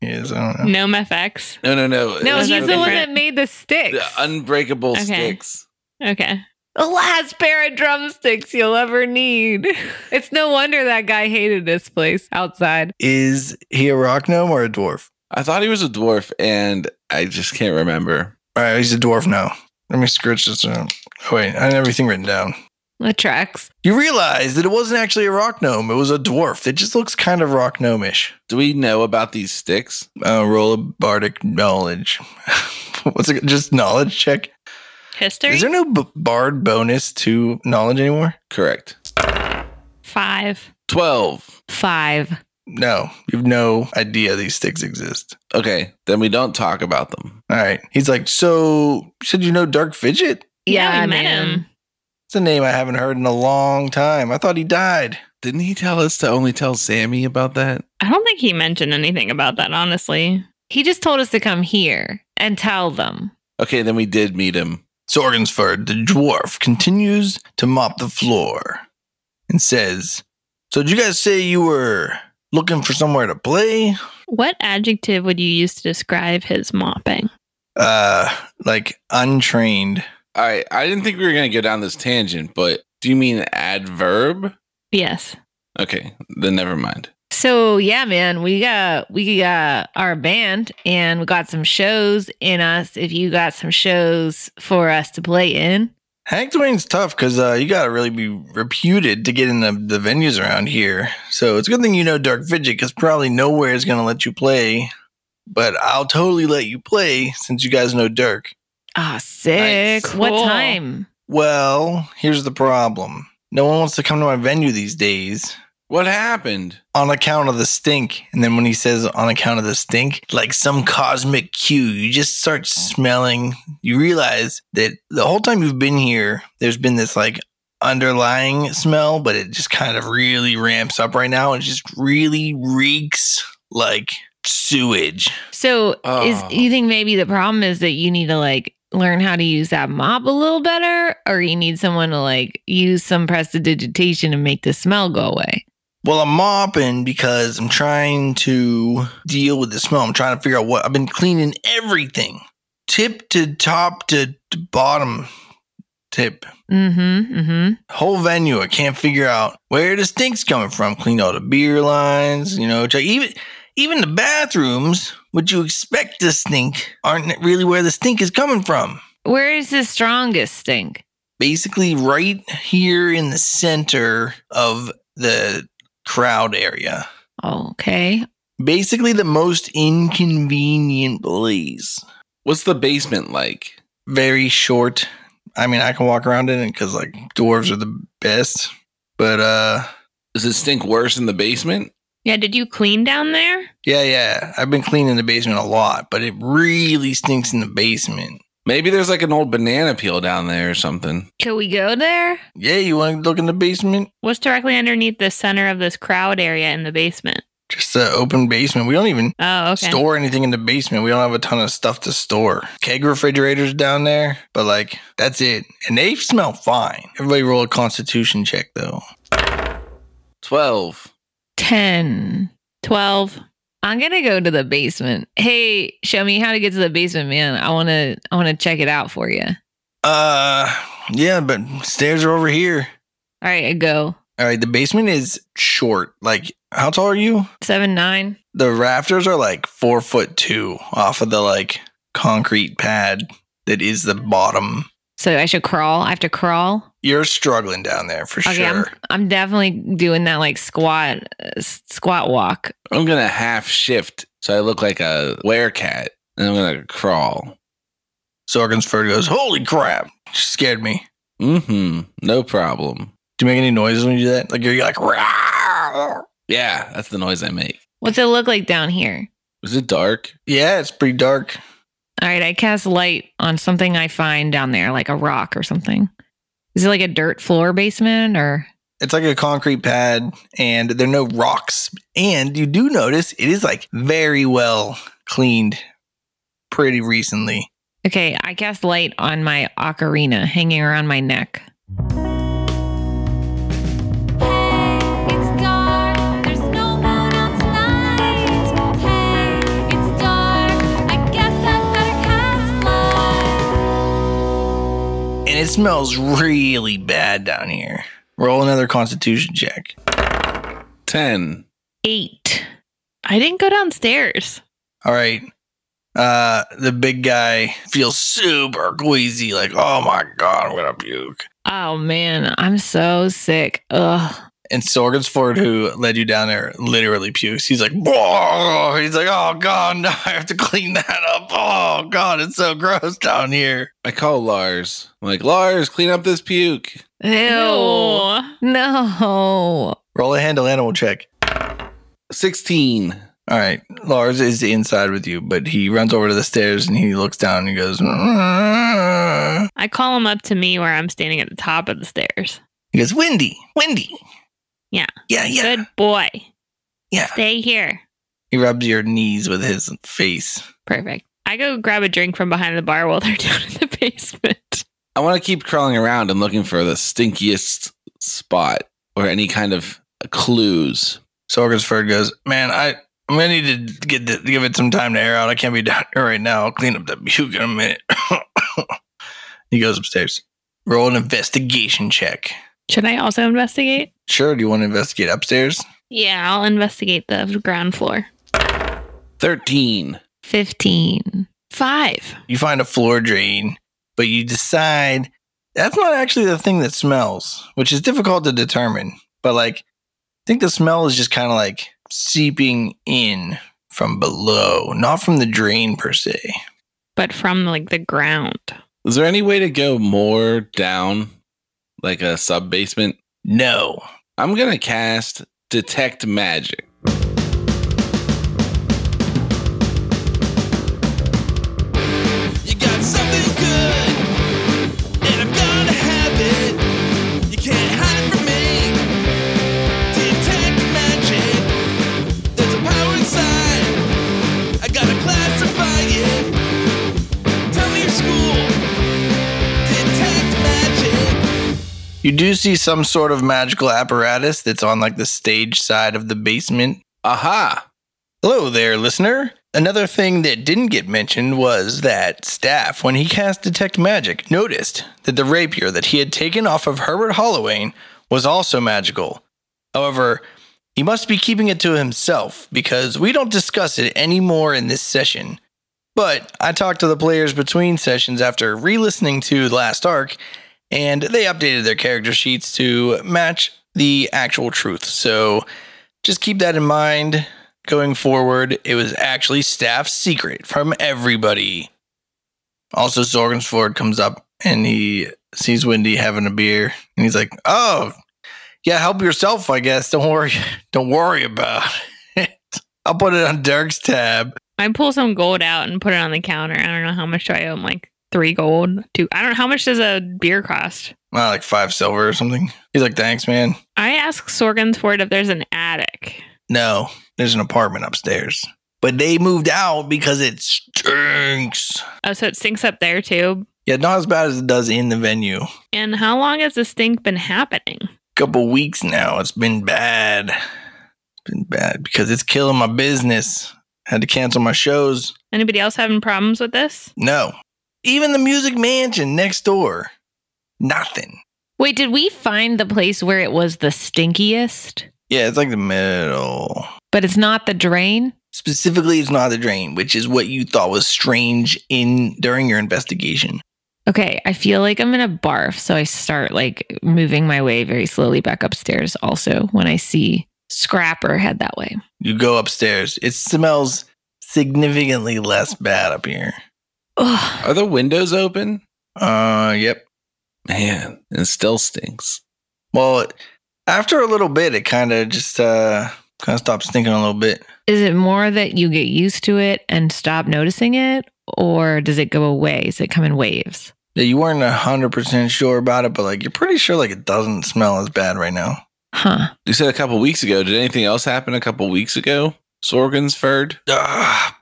he is? I don't know.
Gnome FX?
No, no, no.
No,
Was
he's
It's
the
that
one
different?
that made the sticks.
the unbreakable
Okay.
sticks.
Okay.
the last pair of drumsticks you'll ever need. It's no wonder that guy hated this place outside.
Is he a rock gnome or a dwarf?
I thought he was a dwarf, and I just can't remember.
All right, he's a dwarf now. Let me scratch this out. Oh, wait, I had everything written down.
The tracks.
You realize that it wasn't actually a rock gnome, it was a dwarf. It just looks kind of rock gnomish.
Do we know about these sticks?
Uh, roll a bardic knowledge. What's it? Just knowledge check.
History?
Is there no b- bard bonus to knowledge anymore?
Correct.
Five.
Twelve.
Five.
No, you've no idea these sticks exist.
Okay, then we don't talk about them.
All right. He's like, so you said you know Dark Fidget?
Yeah, we met him.
It's a name I haven't heard in a long time. I thought he died.
Didn't he tell us to only tell Sammy about that?
I don't think he mentioned anything about that, honestly.
He just told us to come here and tell them.
Okay, then we did meet him.
Sorgensford, the dwarf, continues to mop the floor and says, So did you guys say you were looking for somewhere to play?
What adjective would you use to describe his mopping?
Uh like untrained.
All right, I didn't think we were going to go down this tangent, but do you mean adverb?
Yes.
Okay, then never mind.
So yeah, man, we got we got our band and we got some shows in us. If you got some shows for us to play in,
Hank Dwayne's tough because uh, you gotta really be reputed to get in the, the venues around here. So it's a good thing you know Dark Fidget because probably nowhere is gonna let you play. But I'll totally let you play since you guys know Dirk.
ah, sick.
Nice.
What
Cool.
time?
Well, here's the problem. No one wants to come to my venue these days.
What happened?
on account of the stink. And then when he says on account of the stink, like some cosmic cue, you just start smelling. You realize that the whole time you've been here, there's been this like underlying smell, but it just kind of really ramps up right now. It just really reeks like sewage.
So
Oh.
is you think maybe the problem is that you need to like learn how to use that mop a little better, or you need someone to like use some prestidigitation to make the smell go away?
Well, I'm mopping because I'm trying to deal with the smell. I'm trying to figure out what I've been cleaning everything, tip to top to, to bottom tip.
Mm-hmm. Mm-hmm.
Whole venue, I can't figure out where the stink's coming from. Clean all the beer lines, you know. Check even even the bathrooms, which you expect to stink, aren't really where the stink is coming from.
Where is the strongest stink?
Basically, right here in the center of the crowd area.
Okay.
Basically, the most inconvenient place.
What's the basement like?
very short. I mean, I can walk around in it because like dwarves are the best. But uh,
Does it stink worse in the basement?
Yeah, did you clean down there?
yeah, yeah, I've been cleaning the basement a lot, but it really stinks in the basement.
Maybe there's like an old banana peel down there or something.
Can we go there?
Yeah, you want to look in the basement?
What's directly underneath the center of this crowd area in the basement?
Just an open basement. We don't even
Oh, okay.
store anything in the basement. We don't have a ton of stuff to store. Keg refrigerators down there, but like that's it. And they smell fine. Everybody roll a constitution check though.
12.
10.
12.
I'm going to go to the basement. Hey, show me how to get to the basement, man. I want to I want to check it out for you. All
Uh, yeah, but stairs are over here.
right, I go.
All right, the basement is short. Like, how tall are you?
7 9.
The rafters are like four foot two off of the like concrete pad that is the bottom.
So I should crawl. I have to crawl.
You're struggling down there for
Okay, I'm,
sure.
I'm definitely doing that like squat uh, s- squat walk.
I'm going to half shift so I look like a werecat and I'm going to crawl.
Sorgensford goes, Holy crap! She scared me.
Mm hmm. No problem.
Do you make any noises when you do that? Like, you're like, "Rawr."
Yeah, that's the noise I make.
What's it look like down here?
Is it dark?
yeah, it's pretty dark.
All right, I cast light on something I find down there, like a rock or something. Is it like a dirt floor basement or
It's like a concrete pad, and there are no rocks. And you do notice it is like very well cleaned pretty recently.
Okay, I cast light on my ocarina hanging around my neck.
Hey, it's dark. There's no moon out tonight. Hey, it's dark. I guess I better cast light.
and it smells really bad down here. Roll another constitution check.
10.
Eight.
I didn't go downstairs.
All right. Uh the big guy feels super queasy, like, oh my god, I'm gonna puke.
Oh man, I'm so sick. Ugh.
And Sorgensford, who led you down there, literally pukes. He's like, Whoa! he's like, oh god, now I have to clean that up. Oh god, it's so gross down here.
I call Lars. I'm like, Lars, clean up this puke.
Ew.
Ew.
No.
Roll a handle animal check.
16.
All right, Lars is inside with you, but he runs over to the stairs and he looks down and he goes. "Mm."
I call him up to me where I'm standing at the top of the stairs.
He goes, Wendy, Wendy.
Yeah.
Yeah, yeah.
Good boy.
Yeah.
Stay here.
He rubs your knees with his face.
Perfect. I go grab a drink from behind the bar while they're down in the basement.
I want to keep crawling around and looking for the stinkiest spot or any kind of clues.
Sorgensford goes, Man, I, I'm going to need to get th- give it some time to air out. I can't be down here right now. I'll clean up that puke in a minute. he goes upstairs. Roll an investigation check.
Should I also investigate?
Sure, do you want to investigate upstairs?
Yeah, I'll investigate the ground floor.
13.
15.
Five.
You find a floor drain, but you decide that's not actually the thing that smells, which is difficult to determine. But like, I think the smell is just kind of like seeping in from below, not from the drain per se.
But from like the ground.
Is there any way to go more down, like a sub basement?
No.
I'm going to cast Detect Magic.
You got something good, and I'm gonna have it. You can't hide from me. Detect magic. There's a power inside. I gotta classify it. Tell me your school. Detect magic.
You do see some sort of magical apparatus that's on like the stage side of the basement.
Aha!
Hello there, listener. Another thing that didn't get mentioned was that staff, when he cast Detect Magic, noticed that the rapier that he had taken off of Herbert Hollowayne was also magical. However, he must be keeping it to himself because we don't discuss it anymore in this session. But I talked to the players between sessions after re listening to last arc, and they updated their character sheets to match the actual truth. So just keep that in mind going forward, it was actually staff secret from everybody. Also, Sorgensford comes up and he sees Wendy having a beer, and he's like, "Oh, yeah, help yourself, I guess. Don't worry, don't worry about it. I'll put it on Dirk's tab."
I pull some gold out and put it on the counter. I don't know how much do I owe him, like three gold, two. I don't know how much does a beer cost.
Ah, like five silver or something. He's like, "Thanks, man."
I ask Sorgenford if there's an attic.
No, there's an apartment upstairs, but they moved out because it stinks.
Oh, so it stinks up there too.
Yeah, not as bad as it does in the venue.
And how long has this stink been happening?
couple weeks now. It's been bad. Been bad because it's killing my business. Had to cancel my shows.
Anybody else having problems with this?
No. Even the music mansion next door. Nothing.
Wait, did we find the place where it was the stinkiest?
Yeah, it's like the middle.
But it's not the drain?
Specifically, it's not the drain, which is what you thought was strange in during your investigation.
Okay, I feel like I'm gonna barf, so I start like moving my way very slowly back upstairs. Also, when I see Scrapper head that way,
You go upstairs. It smells significantly less bad up here.
Ugh.
Are the windows open?
Uh, yep.
Man, it still stinks.
Well, after a little bit, it kind of just uh kind of stops stinking a little bit.
is it more that you get used to it and stop noticing it, or does it go away? Does it come in waves?
Yeah, you weren't hundred percent sure about it, but like you're pretty sure like it doesn't smell as bad right now.
Huh?
You said a couple weeks ago. Did anything else happen a couple weeks ago? Sorgensford?
Ah,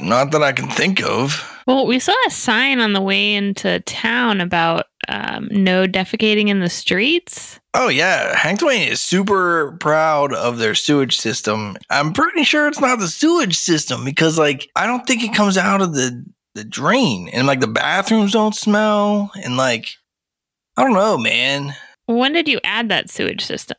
not that I can think of.
Well, we saw a sign on the way into town about um, no defecating in the streets.
Oh yeah, Hank Twain is super proud of their sewage system. I'm pretty sure it's not the sewage system because like I don't think it comes out of the the drain and like the bathrooms don't smell and like I don't know, man.
When did you add that sewage system?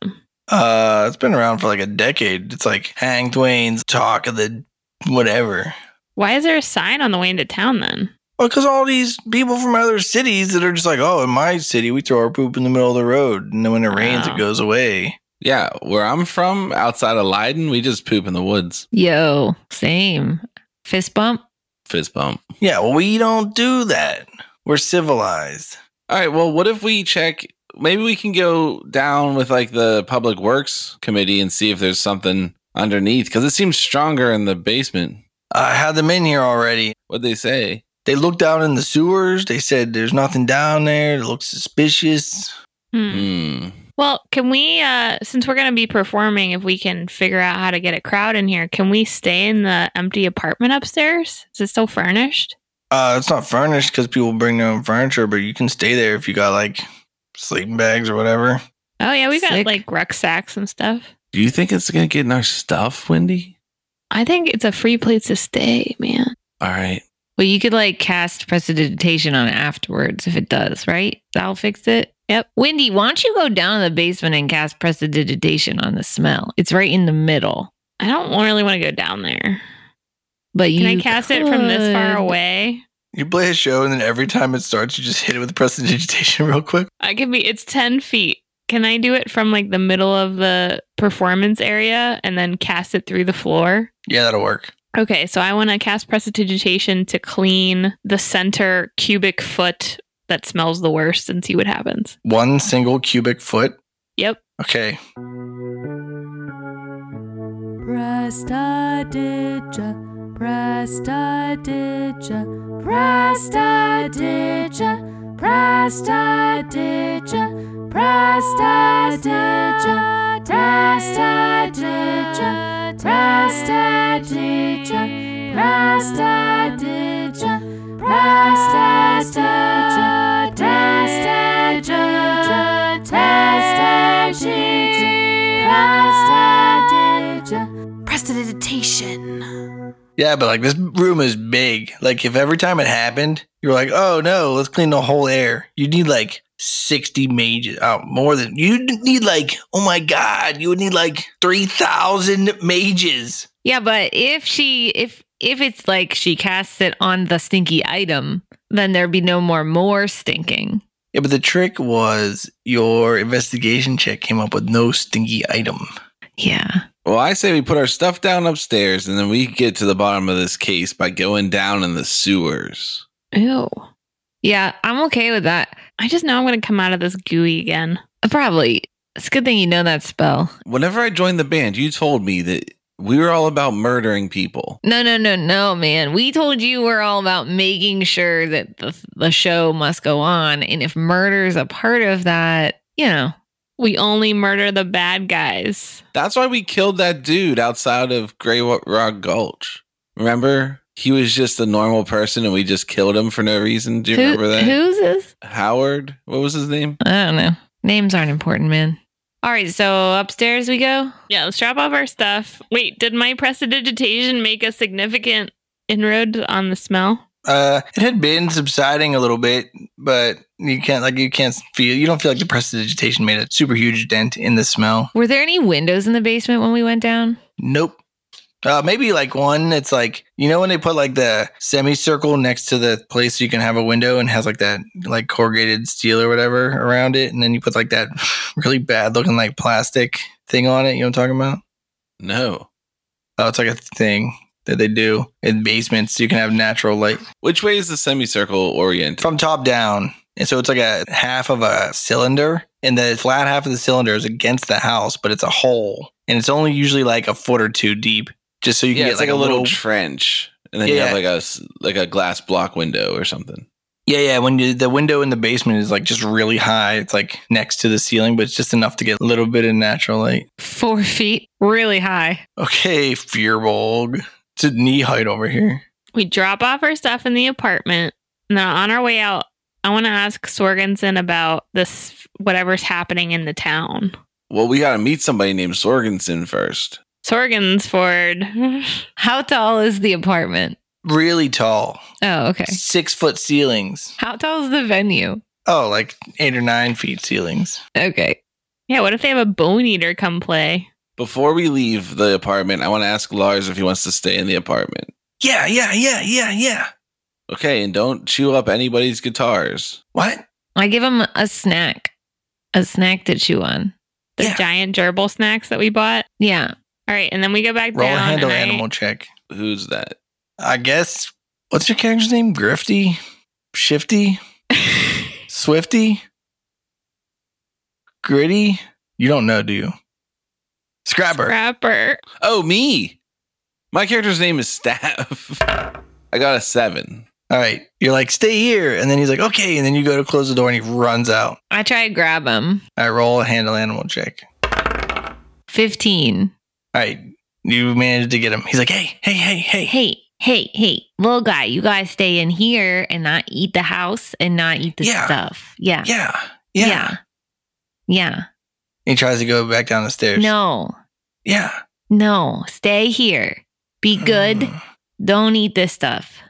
Uh, it's been around for like a decade. It's like Hank Twain's talk of the whatever.
Why is there a sign on the way into town then?
Well, because all these people from other cities that are just like, oh, in my city, we throw our poop in the middle of the road, and then when it rains,
Oh.
it goes away.
Yeah, where I'm from, outside of Leiden, we just poop in the woods.
Yo, same fist bump.
Fist bump.
Yeah, well, we don't do that. We're civilized.
All right. Well, what if we check? Maybe we can go down with like the public works committee and see if there's something underneath because it seems stronger in the basement.
I had them in here already.
What'd they say?
They looked down in the sewers. They said there's nothing down there. It looks suspicious.
Hmm.
Hmm.
Well, can we, uh, since we're going to be performing, if we can figure out how to get a crowd in here, can we stay in the empty apartment upstairs? Is it still furnished?
Uh, it's not furnished because people bring their own furniture, but you can stay there if you got like sleeping bags or whatever.
Oh, yeah, we got
Sick.
like rucksacks and stuff.
Do you think it's gonna get in our stuff, Wendy?
I think it's a free place to stay, man.
All right.
Well, you could like cast prestidigitation on it afterwards if it does, right? That'll fix it. Yep. Wendy, why don't you go down to the basement and cast prestidigitation on the smell? It's right in the middle.
I don't really want to go down there.
But
Can
you
I cast it from this far
could-
away?
You play a show, and then every time it starts, you just hit it with prestidigitation real quick.
I can be, it's 10 feet. Can I do it from like the middle of the performance area and then cast it through the floor?
Yeah, that'll work.
Okay, so I want to cast prestidigitation to clean the center cubic foot that smells the worst and see what happens.
One single cubic foot.
Yep.
Okay.
Prestidigita, prestidigita, prestidigita, prestidigita, prestidigita, prestidigita, prestidigita, prestidigita, prestidigita, prestidigita. prestidigitation.
Yeah, but like this room is big. Like if every time it happened, you were like, "Oh no, let's clean the whole air." You need like sixty mages. Oh, more than you need like. Oh my god, you would need like three thousand mages.
Yeah, but if she if if it's like she casts it on the stinky item, then there'd be no more more stinking.
Yeah, but the trick was your investigation check came up with no stinky item.
Yeah.
Well, I say we put our stuff down upstairs and then we get to the bottom of this case by going down in the sewers.
Ew. Yeah, I'm okay with that.
I just know I'm going to come out of this gooey again.
Probably. It's a good thing you know that spell.
Whenever I joined the band, you told me that we were all about murdering people.
No, no, no, no, man. We told you we're all about making sure that the the show must go on, and if murder is a part of that, you know,
We only murder the bad guys.
That's why we killed that dude outside of Grey Rock Gulch. Remember? He was just a normal person and we just killed him for no reason. Do you
Who-
remember that?
who's this?
Howard? What was his name?
I don't know. Names aren't important, man. All right, so upstairs we go.
Yeah, let's drop off our stuff. Wait, did my prestidigitation make a significant inroad on the smell?
Uh, it had been subsiding a little bit, but you can't like you can't feel you don't feel like the prestidigitation made a super huge dent in the smell.
Were there any windows in the basement when we went down?
Nope. Uh, maybe like one. It's like you know when they put like the semicircle next to the place so you can have a window and has like that like corrugated steel or whatever around it, and then you put like that really bad looking like plastic thing on it. You know what I'm talking about?
No.
Oh, it's like a thing that they do in basements so you can have natural light
Which way is the semicircle oriented?
from top down. And so it's like a half of a cylinder, and the flat half of the cylinder is against the house, but it's a hole, and it's only usually like a foot or two deep, just so you can
yeah,
get
it's like, a little, trench, and then you
Yeah.
have like a s- like a glass block window or something.
Yeah, yeah. When you, the window in the basement is like just really high, it's like next to the ceiling, but it's just enough to get a little bit of natural light.
Four feet, really high.
Okay, Fearbolg. It's at knee height over here.
We drop off our stuff in the apartment. And then on our way out, I want to ask Sorgensen about this, whatever's happening in the town.
Well, we got to meet somebody named Sorgensen first.
Sorgensford.
How tall is the apartment?
Really tall,
Oh, okay.
six foot ceilings.
How tall is the venue?
Oh, like eight or nine feet ceilings.
Okay.
yeah, what if they have a bone eater come play?
Before we leave the apartment, I want to ask Lars if he wants to stay in the apartment.
Yeah, yeah, yeah, yeah, yeah.
Okay, and don't chew up anybody's guitars.
What?
I give him a snack, a snack to chew on.
The
Yeah.
giant gerbil snacks that we bought.
Yeah.
All right, and then we go back
Roll
down.
a handle
and I-
animal check.
Who's that?
I guess. What's your character's name? Grifty? Shifty? Swifty? Gritty? You don't know, do you? Scrapper.
Scrapper.
Oh, me. My character's name is Staff. I got a seven.
All right. You're like, stay here. And then he's like, okay. And then you go to close the door and he runs out.
I try to grab him.
I roll a handle animal check.
15.
All right. You managed to get him. He's like, hey, hey, hey, hey.
Hey, hey, hey, little guy, you guys stay in here and not eat the house and not eat the
Yeah.
stuff. Yeah.
Yeah. Yeah.
Yeah. Yeah.
He tries to go back down the stairs.
No,
Yeah.
no, stay here. Be
Hmm.
good.
Mm.
Don't eat this stuff.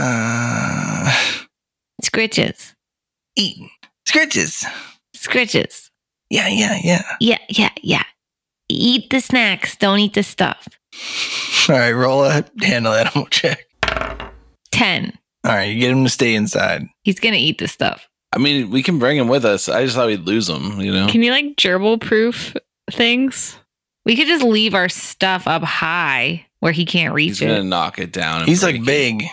Uh,
Scritches.
eat. Scritches.
Scritches.
Yeah, yeah, yeah.
Yeah, yeah, yeah. Eat the snacks. Don't eat the stuff.
All right. Roll a handle animal check.
10.
All right. You get him to stay inside.
He's going to eat the stuff.
I mean, we can bring him with us. I just thought we'd lose him, you
Oh.
know?
Can you like gerbil proof things?
We could just leave our stuff up high where he can't reach
He's going to
it.
knock it down. and
He's
break
like
it.
big.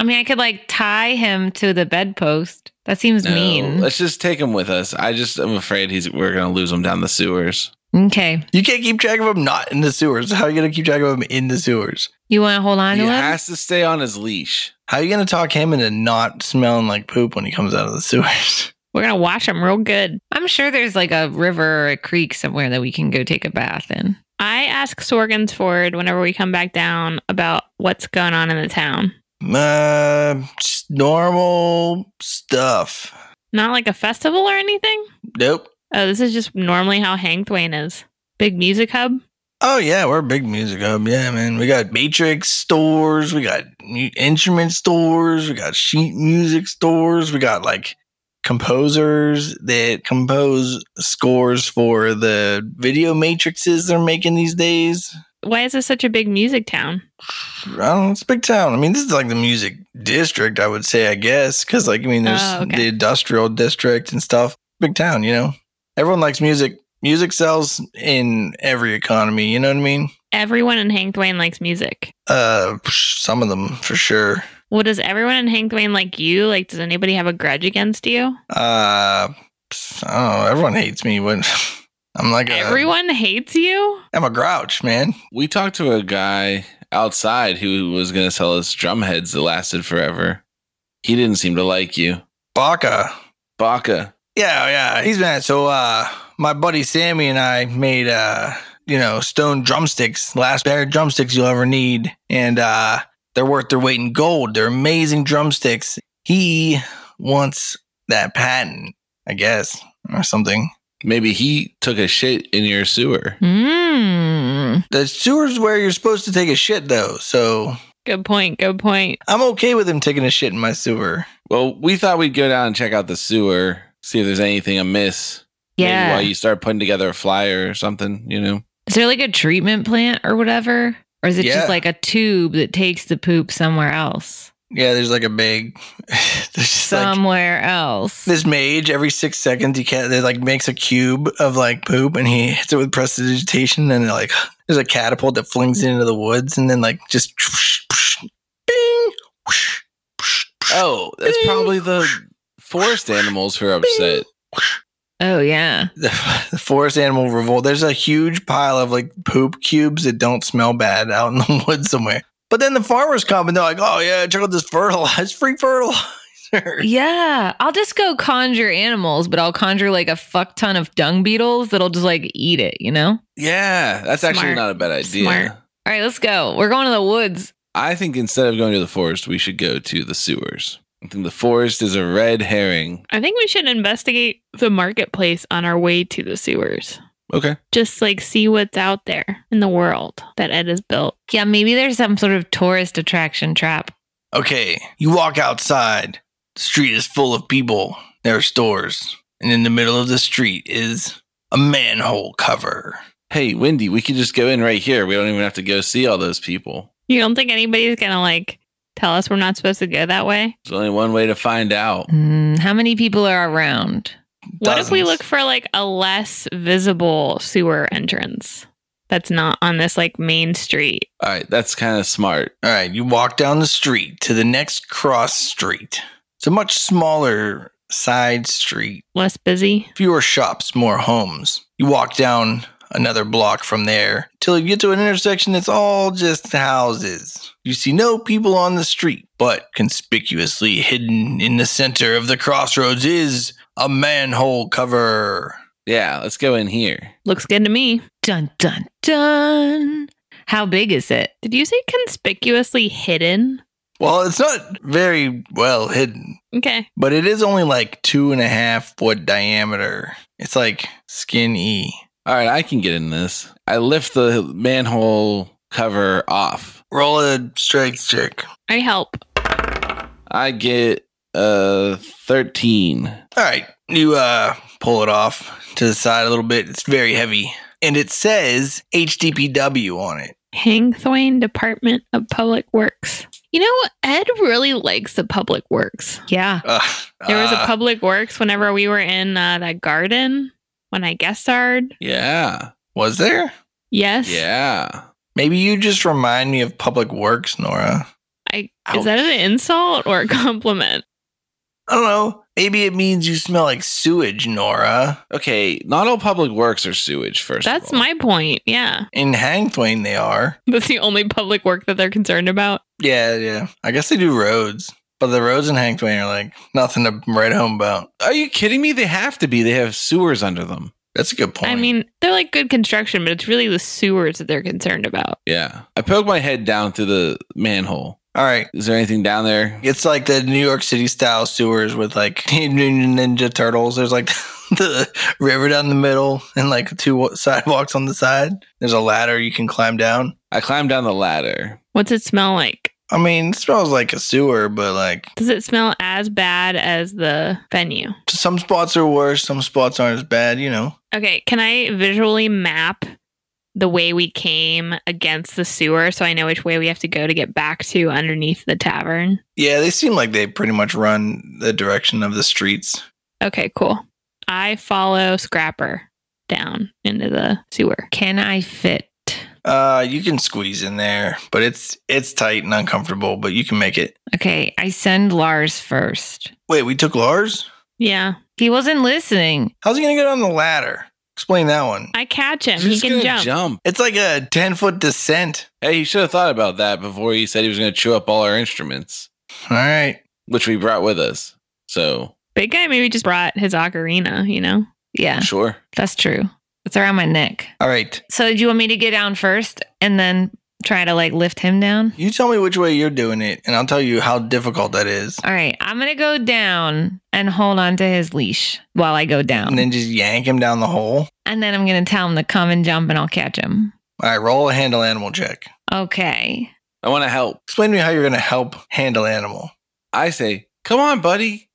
I mean, I could like tie him to the bedpost. That seems
No,
mean.
Let's just take him with us. I just am afraid he's we're gonna lose him down the sewers.
Okay.
You can't keep track of him not in the sewers. How are you going to keep track of him in the sewers?
You want to hold on
he
to him?
has to stay on his leash.
How are you going to talk him into not smelling like poop when he comes out of the sewers?
We're gonna wash them real good.
I'm sure there's like a river or a creek somewhere that we can go take a bath in.
I ask Sorgensford whenever we come back down about what's going on in the town.
Uh, just normal stuff.
Not like a festival or anything.
Nope.
Oh, this is just normally how Hank Thwain is. Big music hub.
Oh yeah, we're a big music hub. Yeah, man, we got Matrix stores, we got mu- instrument stores, we got sheet music stores, we got like composers that compose scores for the video matrices they're making these days.
Why is this such a big music town?
I don't know, it's a big town. I mean, this is like the music district, I would say, I guess, because like I mean, there's
Oh, okay.
the industrial district and stuff. Big town, you know. Everyone likes music. Music sells in every economy. You know what I mean?
Everyone in Hank Dwayne likes music.
Uh, psh, some of them for sure.
Well, does everyone in Hank Dwayne like you? Like, does anybody have a grudge against you?
Uh, psh, I don't know. Everyone hates me when I'm like a,
Everyone hates you?
I'm a grouch, man.
We talked to a guy outside who was going to sell us drum heads that lasted forever. He didn't seem to like you.
Baka.
Baca.
Yeah, yeah. He's mad. So, uh, my buddy Sammy and I made, uh, you know, stone drumsticks, last pair of drumsticks you'll ever need. And, uh, they're worth their weight in gold. They're amazing drumsticks. He wants that patent, I guess, or something.
Maybe he took a shit in your sewer.
Hmm.
Mm.
The sewer's where you're supposed to take a shit, though. So,
Good point. Good point.
I'm okay with him taking a shit in my sewer.
Well, we thought we'd go down and check out the sewer, see if there's anything amiss. Maybe
Yeah.
while you start putting together a flyer or something, you know.
Is there like a treatment plant or whatever? Or is it
Yeah.
just like a tube that takes the poop somewhere else?
Yeah, there's like a big, there's just like
Somewhere else.
this mage every six seconds he can they like makes a cube of like poop and he hits it with prestidigitation and it, like there's a catapult that flings it into the woods and then like just bing whoosh, whoosh, whoosh,
Oh, that's
Bing.
probably the forest animals who are upset.
oh, yeah.
the, the forest animal revolt there's a huge pile of like poop cubes that don't smell bad out in the woods somewhere but then the farmers come and they're like oh yeah check out this fertilizer free fertilizer
Yeah. I'll just go conjure animals, but I'll conjure like a fuck ton of dung beetles that'll just like eat it, you know?
Yeah, that's actually
Smart.
not a bad idea.
Smart.
All right, let's go. We're going to the woods.
I think instead of going to the forest, we should go to the sewers. I think the forest is a red herring.
I think we should investigate the marketplace on our way to the sewers.
Okay.
Just like see what's out there in the world that Ed has built.
Yeah, maybe there's some sort of tourist attraction trap.
Okay, you walk outside. The street is full of people. There are stores. And in the middle of the street is a manhole cover.
Hey, Wendy, we could just go in right here. We don't even have to go see all those people.
You don't think anybody's gonna like tell us we're not supposed to go that way?
There's only one way to find out.
Mm, how many people are around?
What if we
Dozens.
look for like a less visible sewer entrance that's not on this like main street?
All right, that's kind of smart.
All right, you walk down the street to the next cross street. It's a much smaller side street,
Less busy?
fewer shops, more homes. You walk down another block from there till you get to an intersection that's all just houses. You see no people on the street, but conspicuously hidden in the center of the crossroads is a manhole cover.
Yeah, let's go in here.
Looks good to me.
Dun, dun, dun. How big is it?
Did you say conspicuously hidden?
Well, it's not very well hidden,
Okay.
but it is only like two and a half foot diameter. It's like skinny.
All right, I can get in this. I lift the manhole cover off.
Roll a strength check.
I help.
I get uh 13.
All right, you uh pull it off to the side a little bit. It's very heavy, and it says HDPW on it.
Hank Thwain Department of Public Works. You know, Ed really likes the public works.
Yeah.
Uh,
There was a
Ah.
uh,
public works whenever we were in uh, that garden when I guest starred.
Yeah.
was there?
Yes.
Yeah.
Maybe you just remind me of Public Works, Nora.
I, is that an insult or a compliment?
I don't know. Maybe it means you smell like sewage, Nora.
Okay, not all public works are sewage first. of
That's
all.
my point. Yeah.
In Hangthwain, they are.
That's the only public work that they're concerned about.
Yeah, yeah. I guess they do roads, but the roads in Hank Twain are like nothing to write home about.
Are you kidding me? They have to be. They have sewers under them.
That's a good point.
I mean, they're like good construction, but it's really the sewers that they're concerned about.
Yeah. I poke my head down through the manhole.
All right.
Is there anything down there?
It's like the New York City style sewers with like Ninja Turtles. There's like the river down the middle and like two wa- sidewalks on the side. There's a ladder you can climb down.
I climbed down the ladder.
What's it smell like?
I mean, it smells like a sewer, but like
Does it smell as bad as the venue?
some spots are worse, some spots aren't as bad, you know.
Okay, can I visually map the way we came against the sewer so I know which way we have to go to get back to underneath the tavern?
Yeah, they seem like they pretty much run the direction of the streets.
Okay, cool. I follow Scrapper down into the sewer.
Can I fit?
Uh, you can squeeze in there, but it's it's tight and uncomfortable, but you can make it.
Okay, I send Lars first.
Wait, we took Lars?
Yeah,
He wasn't listening.
How's he gonna get on the ladder? Explain that one.
I catch him.
He's
He
just
can
gonna
jump.
It's like a ten foot descent.
Hey, he should have thought about that before he said he was going to chew up all our instruments,
All right.
which we brought with us. So,
Big guy maybe just brought his ocarina, you know?
Yeah,
sure.
that's true. It's around my neck.
All right.
So do you want me to get down first and then try to like lift him down?
You tell me which way you're doing it, and I'll tell you how difficult that is.
All right, I'm gonna go down and hold on to his leash while I go down.
And then just yank him down the hole.
And then I'm gonna tell him to come and jump and I'll catch him.
All right, roll a handle animal check.
Okay.
I want to help.
Explain to me how you're gonna help handle animal.
I say, come on, buddy.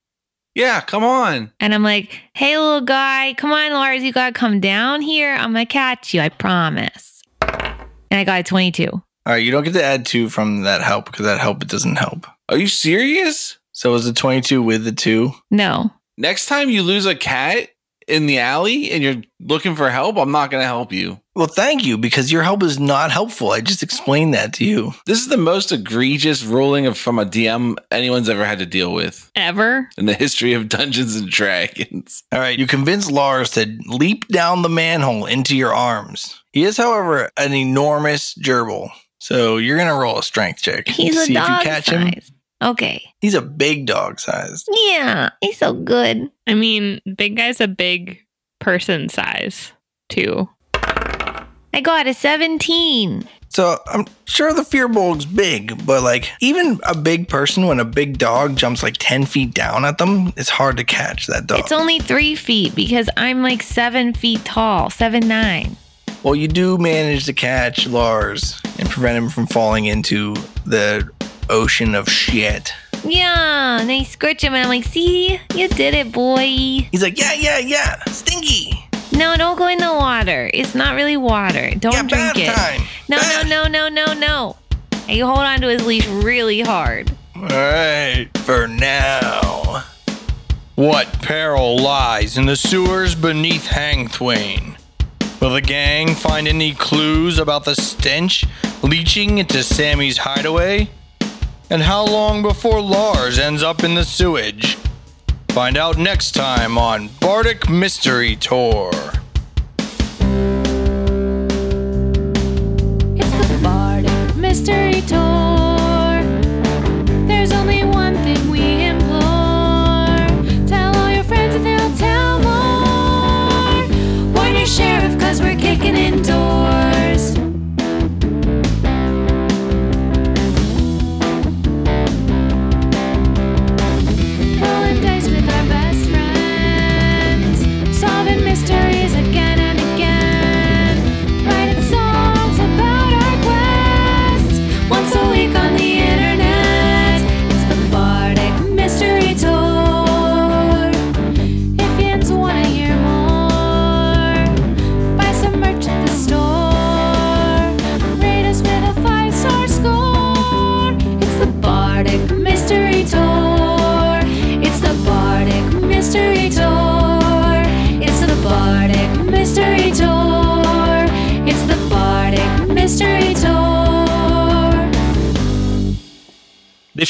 Yeah, come on.
And I'm like, hey little guy, come on, Lars, you gotta come down here. I'm gonna catch you, I promise. And I got a 22.
All right, you don't get to add two from that help because that help it doesn't help.
Are you serious?
So it was the 22 with the two.
No.
Next time you lose a cat in the alley and you're looking for help, I'm not going to help you.
Well, thank you because your help is not helpful. I just explained that to you.
This is the most egregious ruling of, from a DM anyone's ever had to deal with
Ever?
in the history of Dungeons and Dragons.
All right, you convince Lars to leap down the manhole into your arms. He is, however, an enormous gerbil. So you're going to roll a strength check.
He's
to
a dog
him.
size. Okay.
He's a big dog sized.
Yeah, he's so good.
I mean, big guy's a big person size, too.
I got a 17.
So I'm sure the fear bulg's big, but like even a big person, when a big dog jumps like 10 feet down at them, it's hard to catch that dog.
It's only three feet because I'm like seven feet tall, seven nine.
Well, you do manage to catch Lars and prevent him from falling into the ocean of shit.
Yeah, and I scratch him and I'm like, see, you did it, boy.
He's like, yeah, yeah, yeah, stinky.
No, don't go in the water. It's not really water. Don't
yeah,
drink
bath
it.
time.
No,
Ah.
no, no, no, no, no. And you hold on to his leash really hard.
All right, for now. What peril lies in the sewers beneath Hangthwain? Will the gang find any clues about the stench leaching into Sammy's hideaway? And how long before Lars ends up in the sewage? Find out next time on Bardic Mystery Tour.
It's the Bardic Mystery Tour. There's only one thing we implore. Tell all your friends and they'll tell more. Warn your sheriff, cause we're kicking in doors. Rolling dice with our best friends. Solving mysteries again and again. Writing songs about our quests. Once a week on the internet. It's the Bardic Mystery Tour. If yins want to hear more, buy some merch at the store. Rate us with a five star score. It's the Bardic Mystery Tour. It's the Bardic Mystery Tour. It's the Bardic Mystery Tour. It's the Bardic Mystery Tour.
This